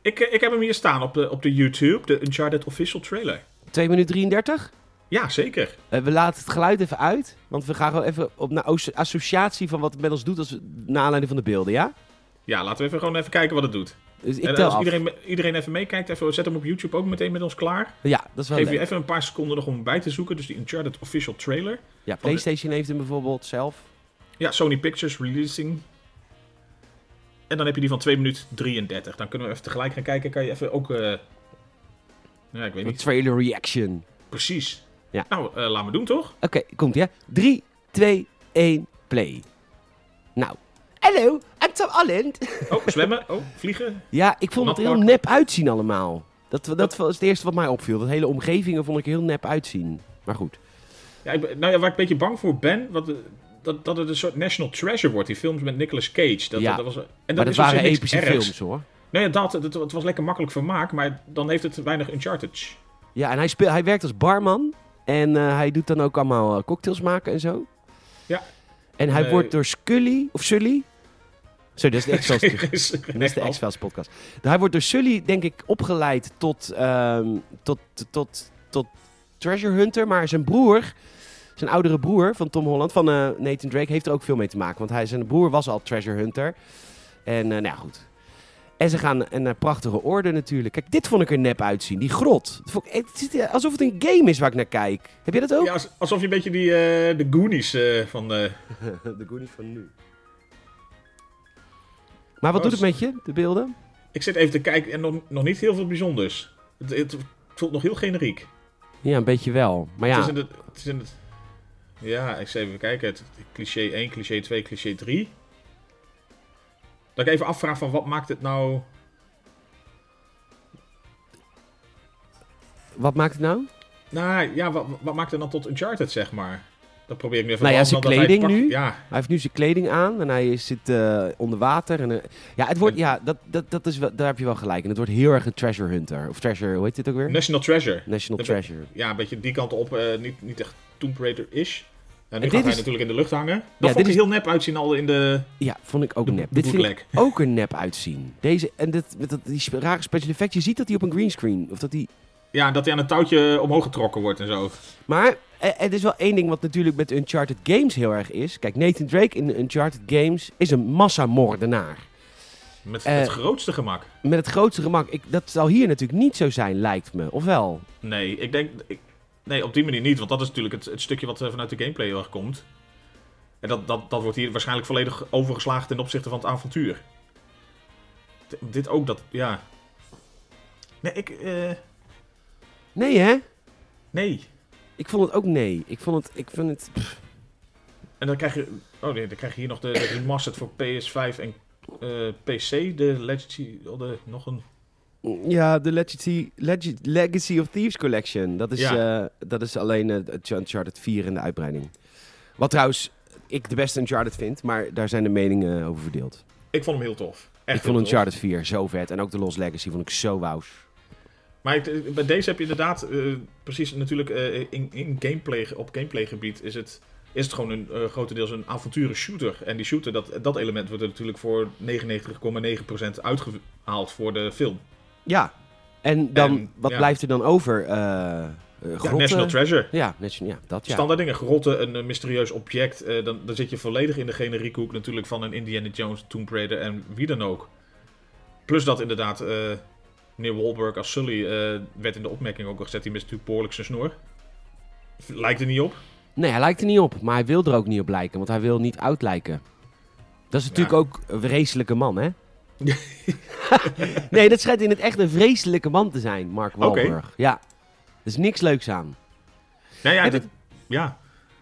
Speaker 2: Ik, eh, ik heb hem hier staan op de, op de YouTube, de Uncharted Official Trailer.
Speaker 1: 2 minuten 33?
Speaker 2: Ja, zeker.
Speaker 1: Eh, we laten het geluid even uit, want we gaan gewoon even op naar os- associatie van wat het met ons doet als we, naar aanleiding van de beelden, ja?
Speaker 2: Ja, laten we even gewoon even kijken wat het doet.
Speaker 1: Dus ik
Speaker 2: en
Speaker 1: tel
Speaker 2: als
Speaker 1: af.
Speaker 2: iedereen, me- iedereen even meekijkt, even, zet hem op YouTube ook meteen met ons klaar.
Speaker 1: Ja, dat is wel
Speaker 2: Geef
Speaker 1: leuk.
Speaker 2: je even een paar seconden nog om bij te zoeken. Dus die Uncharted Official Trailer.
Speaker 1: Ja, PlayStation heeft hem bijvoorbeeld zelf.
Speaker 2: Ja, Sony Pictures Releasing. En dan heb je die van 2 minuut 33. Dan kunnen we even tegelijk gaan kijken. Kan je even ook... eh, Nou, ja, ik weet
Speaker 1: Een
Speaker 2: niet
Speaker 1: trailer reaction.
Speaker 2: precies.
Speaker 1: Ja.
Speaker 2: Nou, eh laat me doen toch?
Speaker 1: Oké, komt ie hè. 3, 2, 1, play. Nou. Hallo, I'm Tom Holland.
Speaker 2: Oh, zwemmen. Oh, vliegen.
Speaker 1: Ja, ik vond het er heel
Speaker 2: Natpak.
Speaker 1: nep uitzien allemaal. Dat, dat was het eerste wat mij opviel. Dat hele omgeving vond ik heel nep uitzien. Maar goed.
Speaker 2: Ja, ik ben- nou ja, waar ik een beetje bang voor ben... Wat, eh, dat, dat het een soort national treasure wordt. Die films met Nicolas Cage. Dat,
Speaker 1: Ja.
Speaker 2: dat, dat was, en dat
Speaker 1: maar dat
Speaker 2: is op zich
Speaker 1: waren
Speaker 2: niks
Speaker 1: epische
Speaker 2: ergs.
Speaker 1: films hoor.
Speaker 2: Nee, dat, het, het was lekker makkelijk vermaak. Maar dan heeft het weinig Uncharted.
Speaker 1: Ja, en hij, speel, hij werkt als barman. En eh, hij doet dan ook allemaal eh, cocktails maken en zo.
Speaker 2: Ja.
Speaker 1: En hij
Speaker 2: Nee.
Speaker 1: wordt door Scully... Of Sully? Sorry, dat is de
Speaker 2: (laughs)
Speaker 1: X-Files
Speaker 2: Is er
Speaker 1: Dat is de
Speaker 2: echt al.
Speaker 1: X-Files podcast. Hij wordt door Sully, denk ik, opgeleid tot, ehm, tot, tot, tot treasure hunter. Maar zijn broer, zijn oudere broer van Tom Holland, van eh, Nathan Drake, heeft er ook veel mee te maken. Want hij, zijn broer was al treasure hunter. En eh, nou ja, goed. En ze gaan een eh, prachtige orde natuurlijk. Kijk, dit vond ik er nep uitzien. Die grot. Dat vond ik- het ziet er alsof het een game is waar ik naar kijk. Heb je dat ook?
Speaker 2: Ja, als- alsof je een beetje die, eh, de Goonies eh, van... eh,
Speaker 1: (laughs) De Goonies van nu. Maar wat
Speaker 2: Oh,
Speaker 1: doet het met je, de beelden?
Speaker 2: Ik zit even te kijken en nog, nog niet heel veel bijzonders. Het, het voelt nog heel generiek.
Speaker 1: Ja, een beetje wel. Maar ja.
Speaker 2: Het is in het, het is in het, ja, ik zal even kijken. Het, cliché 1, cliché 2, cliché 3. Dat ik even afvraag van wat maakt het nou...
Speaker 1: Wat maakt het nou?
Speaker 2: Nou ja, wat, wat maakt het dan tot Uncharted, zeg maar? Dat probeer ik nu even
Speaker 1: Nou ja,
Speaker 2: te
Speaker 1: zijn
Speaker 2: beantwoorden, want
Speaker 1: kleding
Speaker 2: dat hij pakt-
Speaker 1: Hij heeft nu zijn kleding aan en hij zit eh, onder water. En, eh, ja, het wordt, ja dat, dat, dat is wel, daar heb je wel gelijk in. Het wordt heel erg een treasure hunter. Of treasure, hoe heet dit ook weer?
Speaker 2: Ja, National Treasure.
Speaker 1: National
Speaker 2: Dat-
Speaker 1: Treasure.
Speaker 2: Ja, een beetje die kant op. eh, niet, niet echt Tomb Raider-ish. En nu
Speaker 1: dit
Speaker 2: gaat hij
Speaker 1: is-
Speaker 2: natuurlijk in de lucht hangen. Dat
Speaker 1: dit
Speaker 2: vond ik
Speaker 1: is-
Speaker 2: heel nep uitzien al in de,
Speaker 1: Ja, vond ik ook
Speaker 2: de,
Speaker 1: nep.
Speaker 2: de
Speaker 1: Dit vind ik
Speaker 2: bootleg.
Speaker 1: ook een nep uitzien. Deze, en dit, met dat, die sp- rare special effect. Je ziet dat hij op een greenscreen. Of dat hij
Speaker 2: Ja, dat hij aan een touwtje omhoog getrokken wordt en zo.
Speaker 1: Maar eh, het is wel één ding wat natuurlijk met Uncharted Games heel erg is. Kijk, Nathan Drake in de Uncharted Games is een massamoordenaar.
Speaker 2: Met
Speaker 1: Eh.
Speaker 2: het grootste gemak.
Speaker 1: Met het grootste gemak. Ik, dat zal hier natuurlijk niet zo zijn, lijkt me. Of wel?
Speaker 2: Nee, ik denk... Ik, nee, op die manier niet. Want dat is natuurlijk het, het stukje wat eh, vanuit de gameplay heel erg komt. En dat, dat, dat wordt hier waarschijnlijk volledig overgeslagen ten opzichte van het avontuur. D- dit ook, dat... Ja. Nee, ik... eh,
Speaker 1: Nee, hè?
Speaker 2: nee.
Speaker 1: Ik vond het ook nee. Ik vond het... Ik vind het
Speaker 2: En dan krijg je... Oh nee, dan krijg je hier nog de, de remastered voor PS5 en eh, PC. De Legacy... oh, de, nog een...
Speaker 1: Ja, de Legacy, Leg- Legacy of Thieves Collection. Dat is,
Speaker 2: Ja.
Speaker 1: eh, dat is alleen eh, het Uncharted 4 in de uitbreiding. Wat trouwens ik de beste Uncharted vind, maar daar zijn de meningen over verdeeld.
Speaker 2: Ik vond hem heel tof. Echt
Speaker 1: ik vond
Speaker 2: heel tof.
Speaker 1: Uncharted 4 zo vet. En ook de Lost Legacy vond ik zo wauw.
Speaker 2: Maar ik- bij deze heb je inderdaad eh, precies natuurlijk eh, in, in gameplay, op gameplaygebied is het, is het gewoon een, eh, grotendeels een avonturen shooter. En die shooter, dat, dat element wordt er natuurlijk voor 99,9% uitgehaald voor de film.
Speaker 1: Ja. En dan,
Speaker 2: En,
Speaker 1: wat
Speaker 2: ja.
Speaker 1: blijft er dan over? Eh, eh,
Speaker 2: Ja,
Speaker 1: grotten?
Speaker 2: National Treasure.
Speaker 1: Ja, National, ja, dat ja.
Speaker 2: Standaard dingen, grotten, een eh, mysterieus object. eh, dan, dan zit je volledig in de generieke hoek natuurlijk van een Indiana Jones, Tomb Raider en wie dan ook. Plus dat inderdaad eh meneer Wahlberg als Sully eh, werd in de opmerking ook al gezet. Die mist natuurlijk behoorlijk zijn snor. Lijkt er niet op.
Speaker 1: Nee, hij lijkt er niet op. Maar hij wil er ook niet op lijken, want hij wil niet oud lijken. Dat is natuurlijk
Speaker 2: Ja.
Speaker 1: ook een vreselijke man,
Speaker 2: (laughs)
Speaker 1: hè? nee, dat schijnt in het echt een vreselijke man te zijn, Mark Wahlberg. Ja, er is niks leuks aan.
Speaker 2: Nou ja,
Speaker 1: Heb
Speaker 2: dit- ja.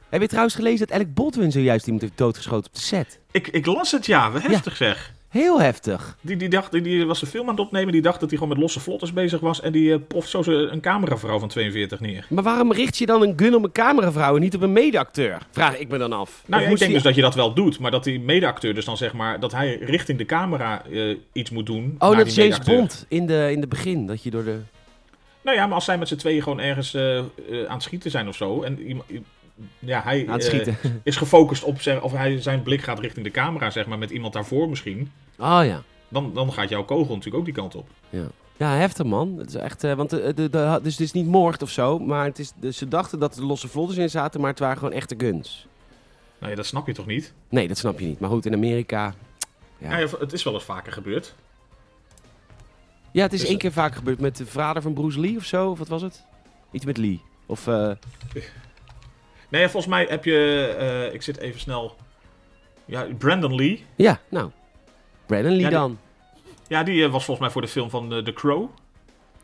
Speaker 1: Heb je trouwens gelezen dat Alec Baldwin zojuist iemand heeft doodgeschoten op de set?
Speaker 2: Ik, ik las het ja, Wat heftig zeg.
Speaker 1: Heel heftig.
Speaker 2: Die, die, dacht, die, die was een film aan het opnemen, die dacht dat hij gewoon met losse vlotters bezig was. En die eh, poft zo ze- een cameravrouw van 42 neer.
Speaker 1: Maar waarom richt je dan een gun op een cameravrouw en niet op een medeacteur? Vraag ik me dan af. Of
Speaker 2: Nou ja, ik
Speaker 1: moest
Speaker 2: denk
Speaker 1: die-
Speaker 2: dus dat je dat wel doet, maar dat die medeacteur dus dan zeg maar, dat hij richting de camera eh, iets moet doen.
Speaker 1: Oh,
Speaker 2: naar
Speaker 1: net
Speaker 2: die
Speaker 1: James
Speaker 2: medeacteur.
Speaker 1: Bond in de, in de begin, dat je door de...
Speaker 2: Nou ja, maar als zij met z'n tweeën gewoon ergens eh, eh, aan het schieten zijn of zo. En iemand- i- ja, hij
Speaker 1: Aan het
Speaker 2: eh,
Speaker 1: schieten. (laughs)
Speaker 2: is gefocust op, zeg, of hij zijn blik gaat richting de camera, zeg maar, met iemand daarvoor misschien.
Speaker 1: Oh ja.
Speaker 2: Dan, dan gaat jouw kogel natuurlijk ook die kant op.
Speaker 1: Ja, heftig man. Het is echt, eh, want eh, de, de, dus het is niet moord of zo, maar het is, dus ze dachten dat er losse vlotters in zaten, maar het waren gewoon echte guns.
Speaker 2: Nou ja, dat snap je toch niet?
Speaker 1: Nee, dat snap je niet. Maar goed, in Amerika... Ja.
Speaker 2: Nou Ja. het is wel eens vaker gebeurd.
Speaker 1: Ja, het is
Speaker 2: Dus,
Speaker 1: één
Speaker 2: eh,
Speaker 1: keer vaker gebeurd met de vader van Bruce Lee of zo, of wat was het? Iets met Lee. Of, eh,
Speaker 2: Nee, ja, volgens mij heb je. eh, ik zit even snel. Ja, Brandon Lee.
Speaker 1: ja, nou. Brandon Lee
Speaker 2: Ja, die-
Speaker 1: dan.
Speaker 2: Ja, die eh, was volgens mij voor de film van eh, The Crow.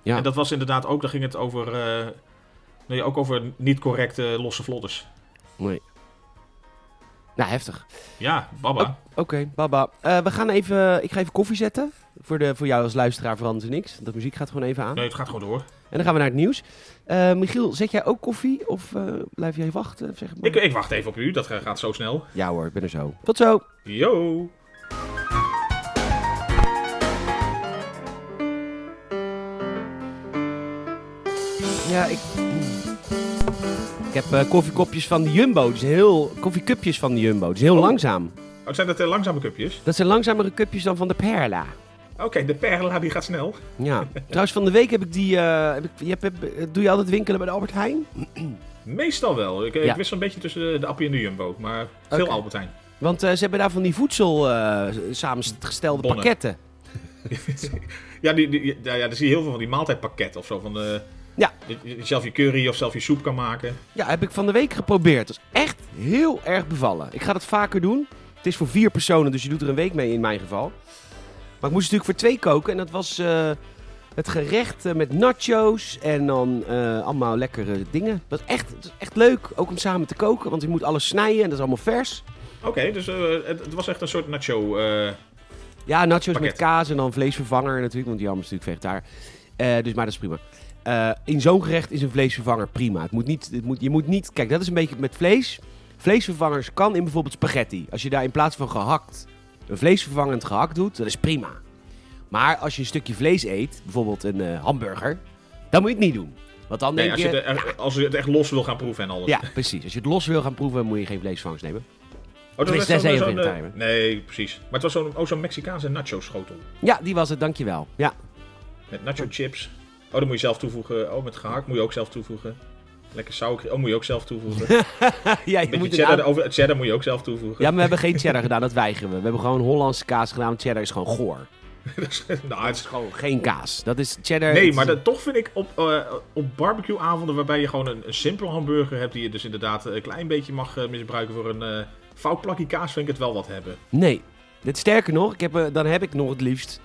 Speaker 1: Ja.
Speaker 2: En dat was inderdaad ook. Daar ging het over. eh, nee, ook over niet correcte eh, losse vlotters.
Speaker 1: Nee. Nou, heftig.
Speaker 2: Ja, baba.
Speaker 1: Oké, baba. Eh, we gaan even... Ik ga even koffie zetten. Voor, de, voor jou als luisteraar verandert er niks. Dat muziek gaat gewoon even aan.
Speaker 2: Nee, het gaat gewoon door.
Speaker 1: En dan gaan we naar het nieuws. Eh, Michiel, zet jij ook koffie of eh, blijf jij wachten? Of Zeg het maar.
Speaker 2: Ik, ik wacht even op u. Dat eh, gaat zo snel.
Speaker 1: Ja hoor, ik ben er zo. Tot zo.
Speaker 2: Yo. Oh,
Speaker 1: Ja, ik... Ik heb eh, koffiekopjes van de Jumbo. Die zijn heel... Koffiecupjes van de Jumbo. Die zijn heel
Speaker 2: Oh.
Speaker 1: langzaam.
Speaker 2: Oh, zijn dat eh, langzame cupjes?
Speaker 1: Dat zijn langzamere cupjes dan van de Perla.
Speaker 2: Oké, de perla die gaat snel.
Speaker 1: (laughs) Ja. Trouwens, van de week heb ik die... eh, heb ik, je hebt, heb- doe je altijd winkelen bij de Albert Heijn?
Speaker 2: Meestal wel. Ik,
Speaker 1: Ja.
Speaker 2: ik wist een beetje tussen de, de appie en de jumbo. Maar veel
Speaker 1: Oké.
Speaker 2: Albert Heijn.
Speaker 1: Want eh, ze hebben daar van die voedsel eh, samengestelde
Speaker 2: Bonnen.
Speaker 1: pakketten.
Speaker 2: Ja, die, die, ja, ja, daar zie je heel veel van die maaltijdpakketten of zo. Van de,
Speaker 1: Ja.
Speaker 2: Dat je zelf je curry of zelf je soep kan maken.
Speaker 1: Ja, heb ik van de week geprobeerd. Dat is echt heel erg bevallen. Ik ga dat vaker doen. Het is voor vier personen, dus je doet er een week mee in mijn geval. Maar ik moest natuurlijk voor twee koken. En dat was eh, het gerecht eh, met nacho's en dan eh, allemaal lekkere dingen. Dat is, echt, dat is echt leuk, ook om samen te koken. Want je moet alles snijden en dat is allemaal vers.
Speaker 2: Oké, dus eh, het, het was echt een soort nacho. eh,
Speaker 1: Ja, nacho's
Speaker 2: Pakket.
Speaker 1: met kaas en dan vleesvervanger natuurlijk. Want die allemaal is natuurlijk vegetariër. Eh, dus, maar dat is prima. Eh, in zo'n gerecht is een vleesvervanger prima. Het moet niet, het moet, je moet niet... Kijk, dat is een beetje met vlees. Vleesvervangers kan in bijvoorbeeld spaghetti. Als je daar in plaats van gehakt een vleesvervangend gehakt doet, dat is prima. Maar als je een stukje vlees eet, bijvoorbeeld een eh, hamburger, dan moet je het niet doen. Want dan
Speaker 2: nee,
Speaker 1: denk
Speaker 2: als
Speaker 1: je...
Speaker 2: je, de- er- als je het echt los wil gaan proeven en alles.
Speaker 1: Ja, precies. Als je het los wil gaan proeven, moet je geen vleesvangers nemen.
Speaker 2: Oh,
Speaker 1: Tenminste,
Speaker 2: echt
Speaker 1: zij zijn
Speaker 2: zo'n- zo'n,
Speaker 1: heel
Speaker 2: eh,
Speaker 1: vegetariër.
Speaker 2: Nee, precies. Maar het was zo'n oh, zo'n Mexicaanse nacho schotel.
Speaker 1: Ja, die was het. Dankjewel. Ja. (laughs)
Speaker 2: Met nacho chips. Oh, dat moet je zelf toevoegen. Oh, met gehakt moet je ook zelf toevoegen. Lekker sauer. Oh, moet je ook zelf
Speaker 1: (laughs)
Speaker 2: toevoegen. Een
Speaker 1: ja je
Speaker 2: beetje
Speaker 1: moet
Speaker 2: cheddar, over, cheddar moet je ook zelf
Speaker 1: Ja,
Speaker 2: toevoegen. (laughs)
Speaker 1: maar we hebben geen cheddar gedaan, dat weigeren we. We hebben gewoon Hollandse kaas gedaan, want cheddar is gewoon goor.
Speaker 2: Dus, nou, het is gewoon-
Speaker 1: Gewoon geen kaas. Dat is cheddar.
Speaker 2: Nee,
Speaker 1: het
Speaker 2: maar
Speaker 1: is-
Speaker 2: dat, toch vind ik op, eh op barbecueavonden waarbij je gewoon een, een simpel hamburger hebt... die je dus inderdaad een klein beetje mag eh, misbruiken voor een eh fout plakje kaas... vind ik het wel wat hebben.
Speaker 1: Nee. Dit, sterker nog, ik heb, eh, dan heb ik nog het liefst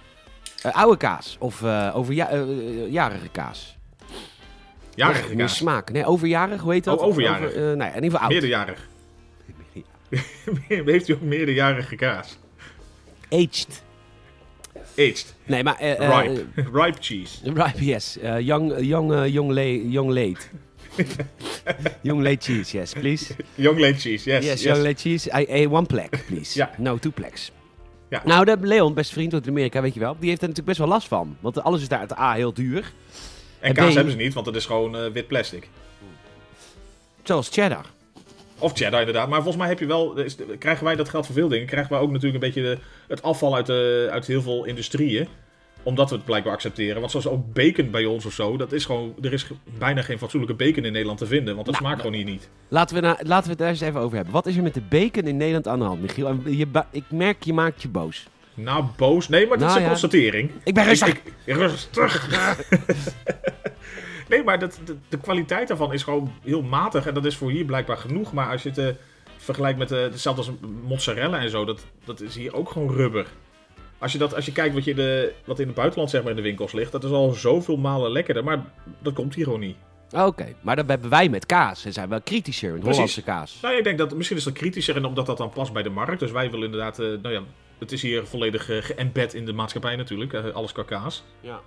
Speaker 1: eh, oude kaas. Of eh, overja- eh, eh, jarige kaas.
Speaker 2: Jarige
Speaker 1: Echt, meer
Speaker 2: kaas.
Speaker 1: smaak. Nee, overjarig, hoe heet dat?
Speaker 2: Oh, overjarig.
Speaker 1: Over, eh, nou ja, in ieder geval oud.
Speaker 2: Meerderjarig. (laughs) Heeft u ook meerderjarige kaas?
Speaker 1: Aged.
Speaker 2: Aged.
Speaker 1: Nee, maar... eh, eh,
Speaker 2: Ripe. (laughs) Ripe cheese.
Speaker 1: Ripe, yes. Eh, young, young, eh, young, late. Young late. young late cheese, yes, please.
Speaker 2: Young late cheese, yes.
Speaker 1: Yes,
Speaker 2: yes.
Speaker 1: young late cheese. I, eh, one plek, please.
Speaker 2: Ja.
Speaker 1: No, two pleks.
Speaker 2: Ja.
Speaker 1: Nou, de Leon, best vriend uit Amerika, weet je wel. Die heeft er natuurlijk best wel last van. Want alles is daar het A heel duur.
Speaker 2: En
Speaker 1: Ben-
Speaker 2: kaas hebben ze niet, want dat is gewoon eh, wit plastic.
Speaker 1: Zoals cheddar.
Speaker 2: Of cheddar inderdaad. Maar volgens mij heb je wel, is- krijgen wij dat geld voor veel dingen. Krijgen wij ook natuurlijk een beetje de- het afval uit, de, uit heel veel industrieën. Omdat we het blijkbaar accepteren. Want zoals ook bacon bij ons of zo. Dat is gewoon, er is ge- bijna geen fatsoenlijke bacon in Nederland te vinden. Want dat
Speaker 1: Nou,
Speaker 2: smaakt gewoon hier niet.
Speaker 1: Laten we, na- laten we het daar eens even over hebben. Wat is er met de bacon in Nederland aan de hand, Michiel? En je ba- ik merk, je maakt je boos.
Speaker 2: Nou, boos. Nee, maar dat
Speaker 1: Nou
Speaker 2: is een
Speaker 1: ja.
Speaker 2: constatering.
Speaker 1: Ik ben rustig.
Speaker 2: Ik- ik- rustig. (laughs) nee, maar dat, de, de kwaliteit daarvan is gewoon heel matig. En dat is voor hier blijkbaar genoeg. Maar als je het eh, vergelijkt met eh, hetzelfde als mozzarella en zo, dat, dat is hier ook gewoon rubber. Als je, dat, als je kijkt wat, je in de, wat in het buitenland zeg maar, in de winkels ligt, dat is al zoveel malen lekkerder. Maar dat komt hier gewoon niet.
Speaker 1: Oké, maar dat hebben wij met kaas. Ze zijn wel kritischer met
Speaker 2: Precies.
Speaker 1: Hollandse kaas.
Speaker 2: Nou, ik denk dat misschien is dat kritischer en omdat dat dan past bij de markt. Dus wij willen inderdaad, eh, nou ja, het is hier volledig eh, geëmbed in de maatschappij natuurlijk. eh, alles qua kaas.
Speaker 1: Ja.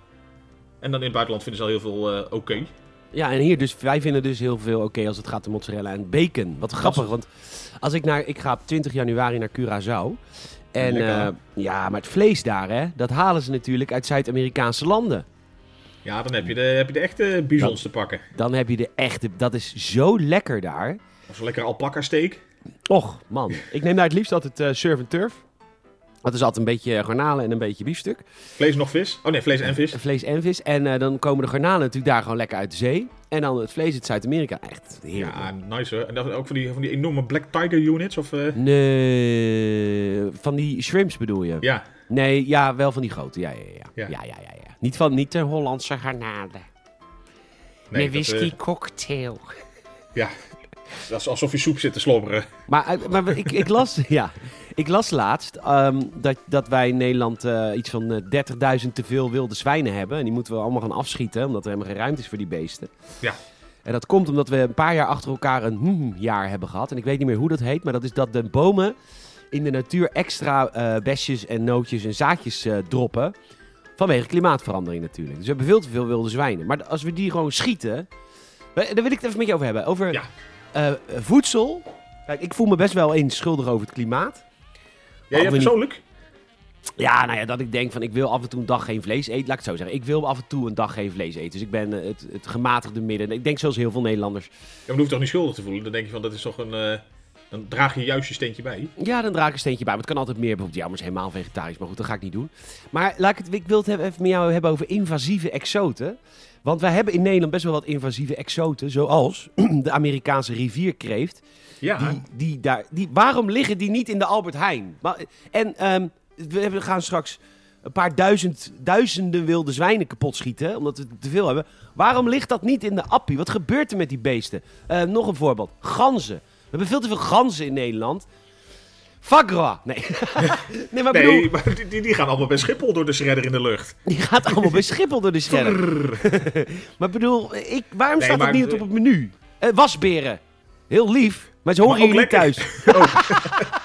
Speaker 2: En dan in het buitenland vinden ze al heel veel eh, oké.
Speaker 1: Ja, en hier dus, wij vinden dus heel veel oké als het gaat om mozzarella en bacon. Wat grappig, want als ik naar, ik ga op 20 januari naar Curaçao. En
Speaker 2: Lekker, hè?
Speaker 1: eh, ja, maar het vlees daar, hè, dat halen ze natuurlijk uit Zuid-Amerikaanse landen.
Speaker 2: Ja, dan heb je de, heb je de echte bisons te pakken.
Speaker 1: Dan heb je de echte, dat is zo lekker daar.
Speaker 2: Of zo'n lekkere alpaca steak.
Speaker 1: Och, man. Ik neem daar het liefst altijd eh surf en turf. Dat is altijd een beetje eh, garnalen en een beetje biefstuk.
Speaker 2: Vlees nog vis. Oh nee, vlees en vis.
Speaker 1: Vlees en vis. En eh, dan komen de garnalen natuurlijk daar gewoon lekker uit de zee. En dan het vlees uit Zuid-Amerika. Echt heerlijk.
Speaker 2: Ja, nice hoor. En dat, ook van die, van die enorme Black Tiger units of... eh,
Speaker 1: Nee, van die shrimps bedoel je?
Speaker 2: Ja,
Speaker 1: Nee, ja, wel van die grote. Ja, ja, ja. Ja,
Speaker 2: Ja.
Speaker 1: ja, ja. ja, ja. Niet van niet de Hollandse garnalen.
Speaker 2: nee,
Speaker 3: Een
Speaker 2: dat, eh,
Speaker 3: whisky cocktail.
Speaker 2: ja, dat is alsof je soep zit te slobberen.
Speaker 1: Maar, eh, maar ik, ik, las, (laughs) ja, ik las laatst ehm, dat, dat wij in Nederland eh, iets van eh, 30.000 te veel wilde zwijnen hebben. En die moeten we allemaal gaan afschieten, omdat er helemaal geen ruimte is voor die beesten.
Speaker 2: Ja.
Speaker 1: En dat komt omdat we een paar jaar achter elkaar een hmm jaar hebben gehad. En ik weet niet meer hoe dat heet, maar dat is dat de bomen in de natuur extra eh besjes en nootjes en zaadjes eh, droppen. Vanwege klimaatverandering natuurlijk. Dus we hebben veel te veel wilde zwijnen. Maar als we die gewoon schieten. we- Daar wil ik het even met je over hebben. Over
Speaker 2: Ja.
Speaker 1: eh, voedsel. Kijk, ik voel me best wel eens schuldig over het klimaat.
Speaker 2: Jij
Speaker 1: we
Speaker 2: ja, persoonlijk?
Speaker 1: Ja, nou ja, dat ik denk van ik wil af en toe een dag geen vlees eten. Laat ik het zo zeggen. Ik wil af en toe een dag geen vlees eten. Dus ik ben eh, het, het gematigde midden. Ik denk zoals heel veel Nederlanders.
Speaker 2: Ja, maar dan hoef je toch niet schuldig te voelen. Dan denk je van, dat is toch een... eh, dan draag je juist je steentje bij.
Speaker 1: Ja, dan draag ik een steentje bij. Maar het kan altijd meer. Bijvoorbeeld, ja, maar het is helemaal vegetarisch. Maar goed, dat ga ik niet doen. Maar laat ik, het, ik wil het hebben- even met jou hebben over invasieve exoten. Want wij hebben in Nederland best wel wat invasieve exoten. Zoals (clears throat) de Amerikaanse rivierkreeft.
Speaker 2: Ja,
Speaker 1: Die, die daar, die, waarom liggen die niet in de Albert Heijn? Maar- En ehm, we hebben- gaan straks een paar duizend, duizenden wilde zwijnen kapot schieten. Omdat we te veel hebben. Waarom ligt dat niet in de appie? Wat gebeurt er met die beesten? Eh, nog een voorbeeld. Ganzen. We hebben veel te veel ganzen in Nederland. Fagra. Nee. (laughs) nee, maar ik bedoel,
Speaker 2: nee, maar die, die- die gaan allemaal bij Schiphol door de shredder in de lucht.
Speaker 1: die gaat allemaal bij Schiphol door de scherm. maar ik bedoel, ik, waarom
Speaker 2: Nee,
Speaker 1: staat dat
Speaker 2: maar-
Speaker 1: niet op het menu? Eh, wasberen. Heel lief. Maar ze horen
Speaker 2: Maar ook
Speaker 1: hier niet
Speaker 2: lekker.
Speaker 1: thuis. (laughs)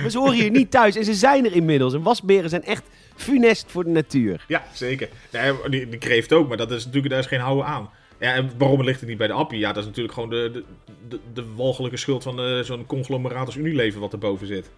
Speaker 1: Maar ze horen hier niet thuis. En ze zijn er inmiddels. En wasberen zijn echt funest voor de natuur.
Speaker 2: Ja, zeker. Nee, maar die, die kreeft ook, maar dat is natuurlijk, daar is geen houden aan. Ja, en waarom ligt het niet bij de appie? Ja, dat is natuurlijk gewoon de, de, de, de walgelijke schuld van eh, zo'n conglomeraat als Unilever wat erboven zit.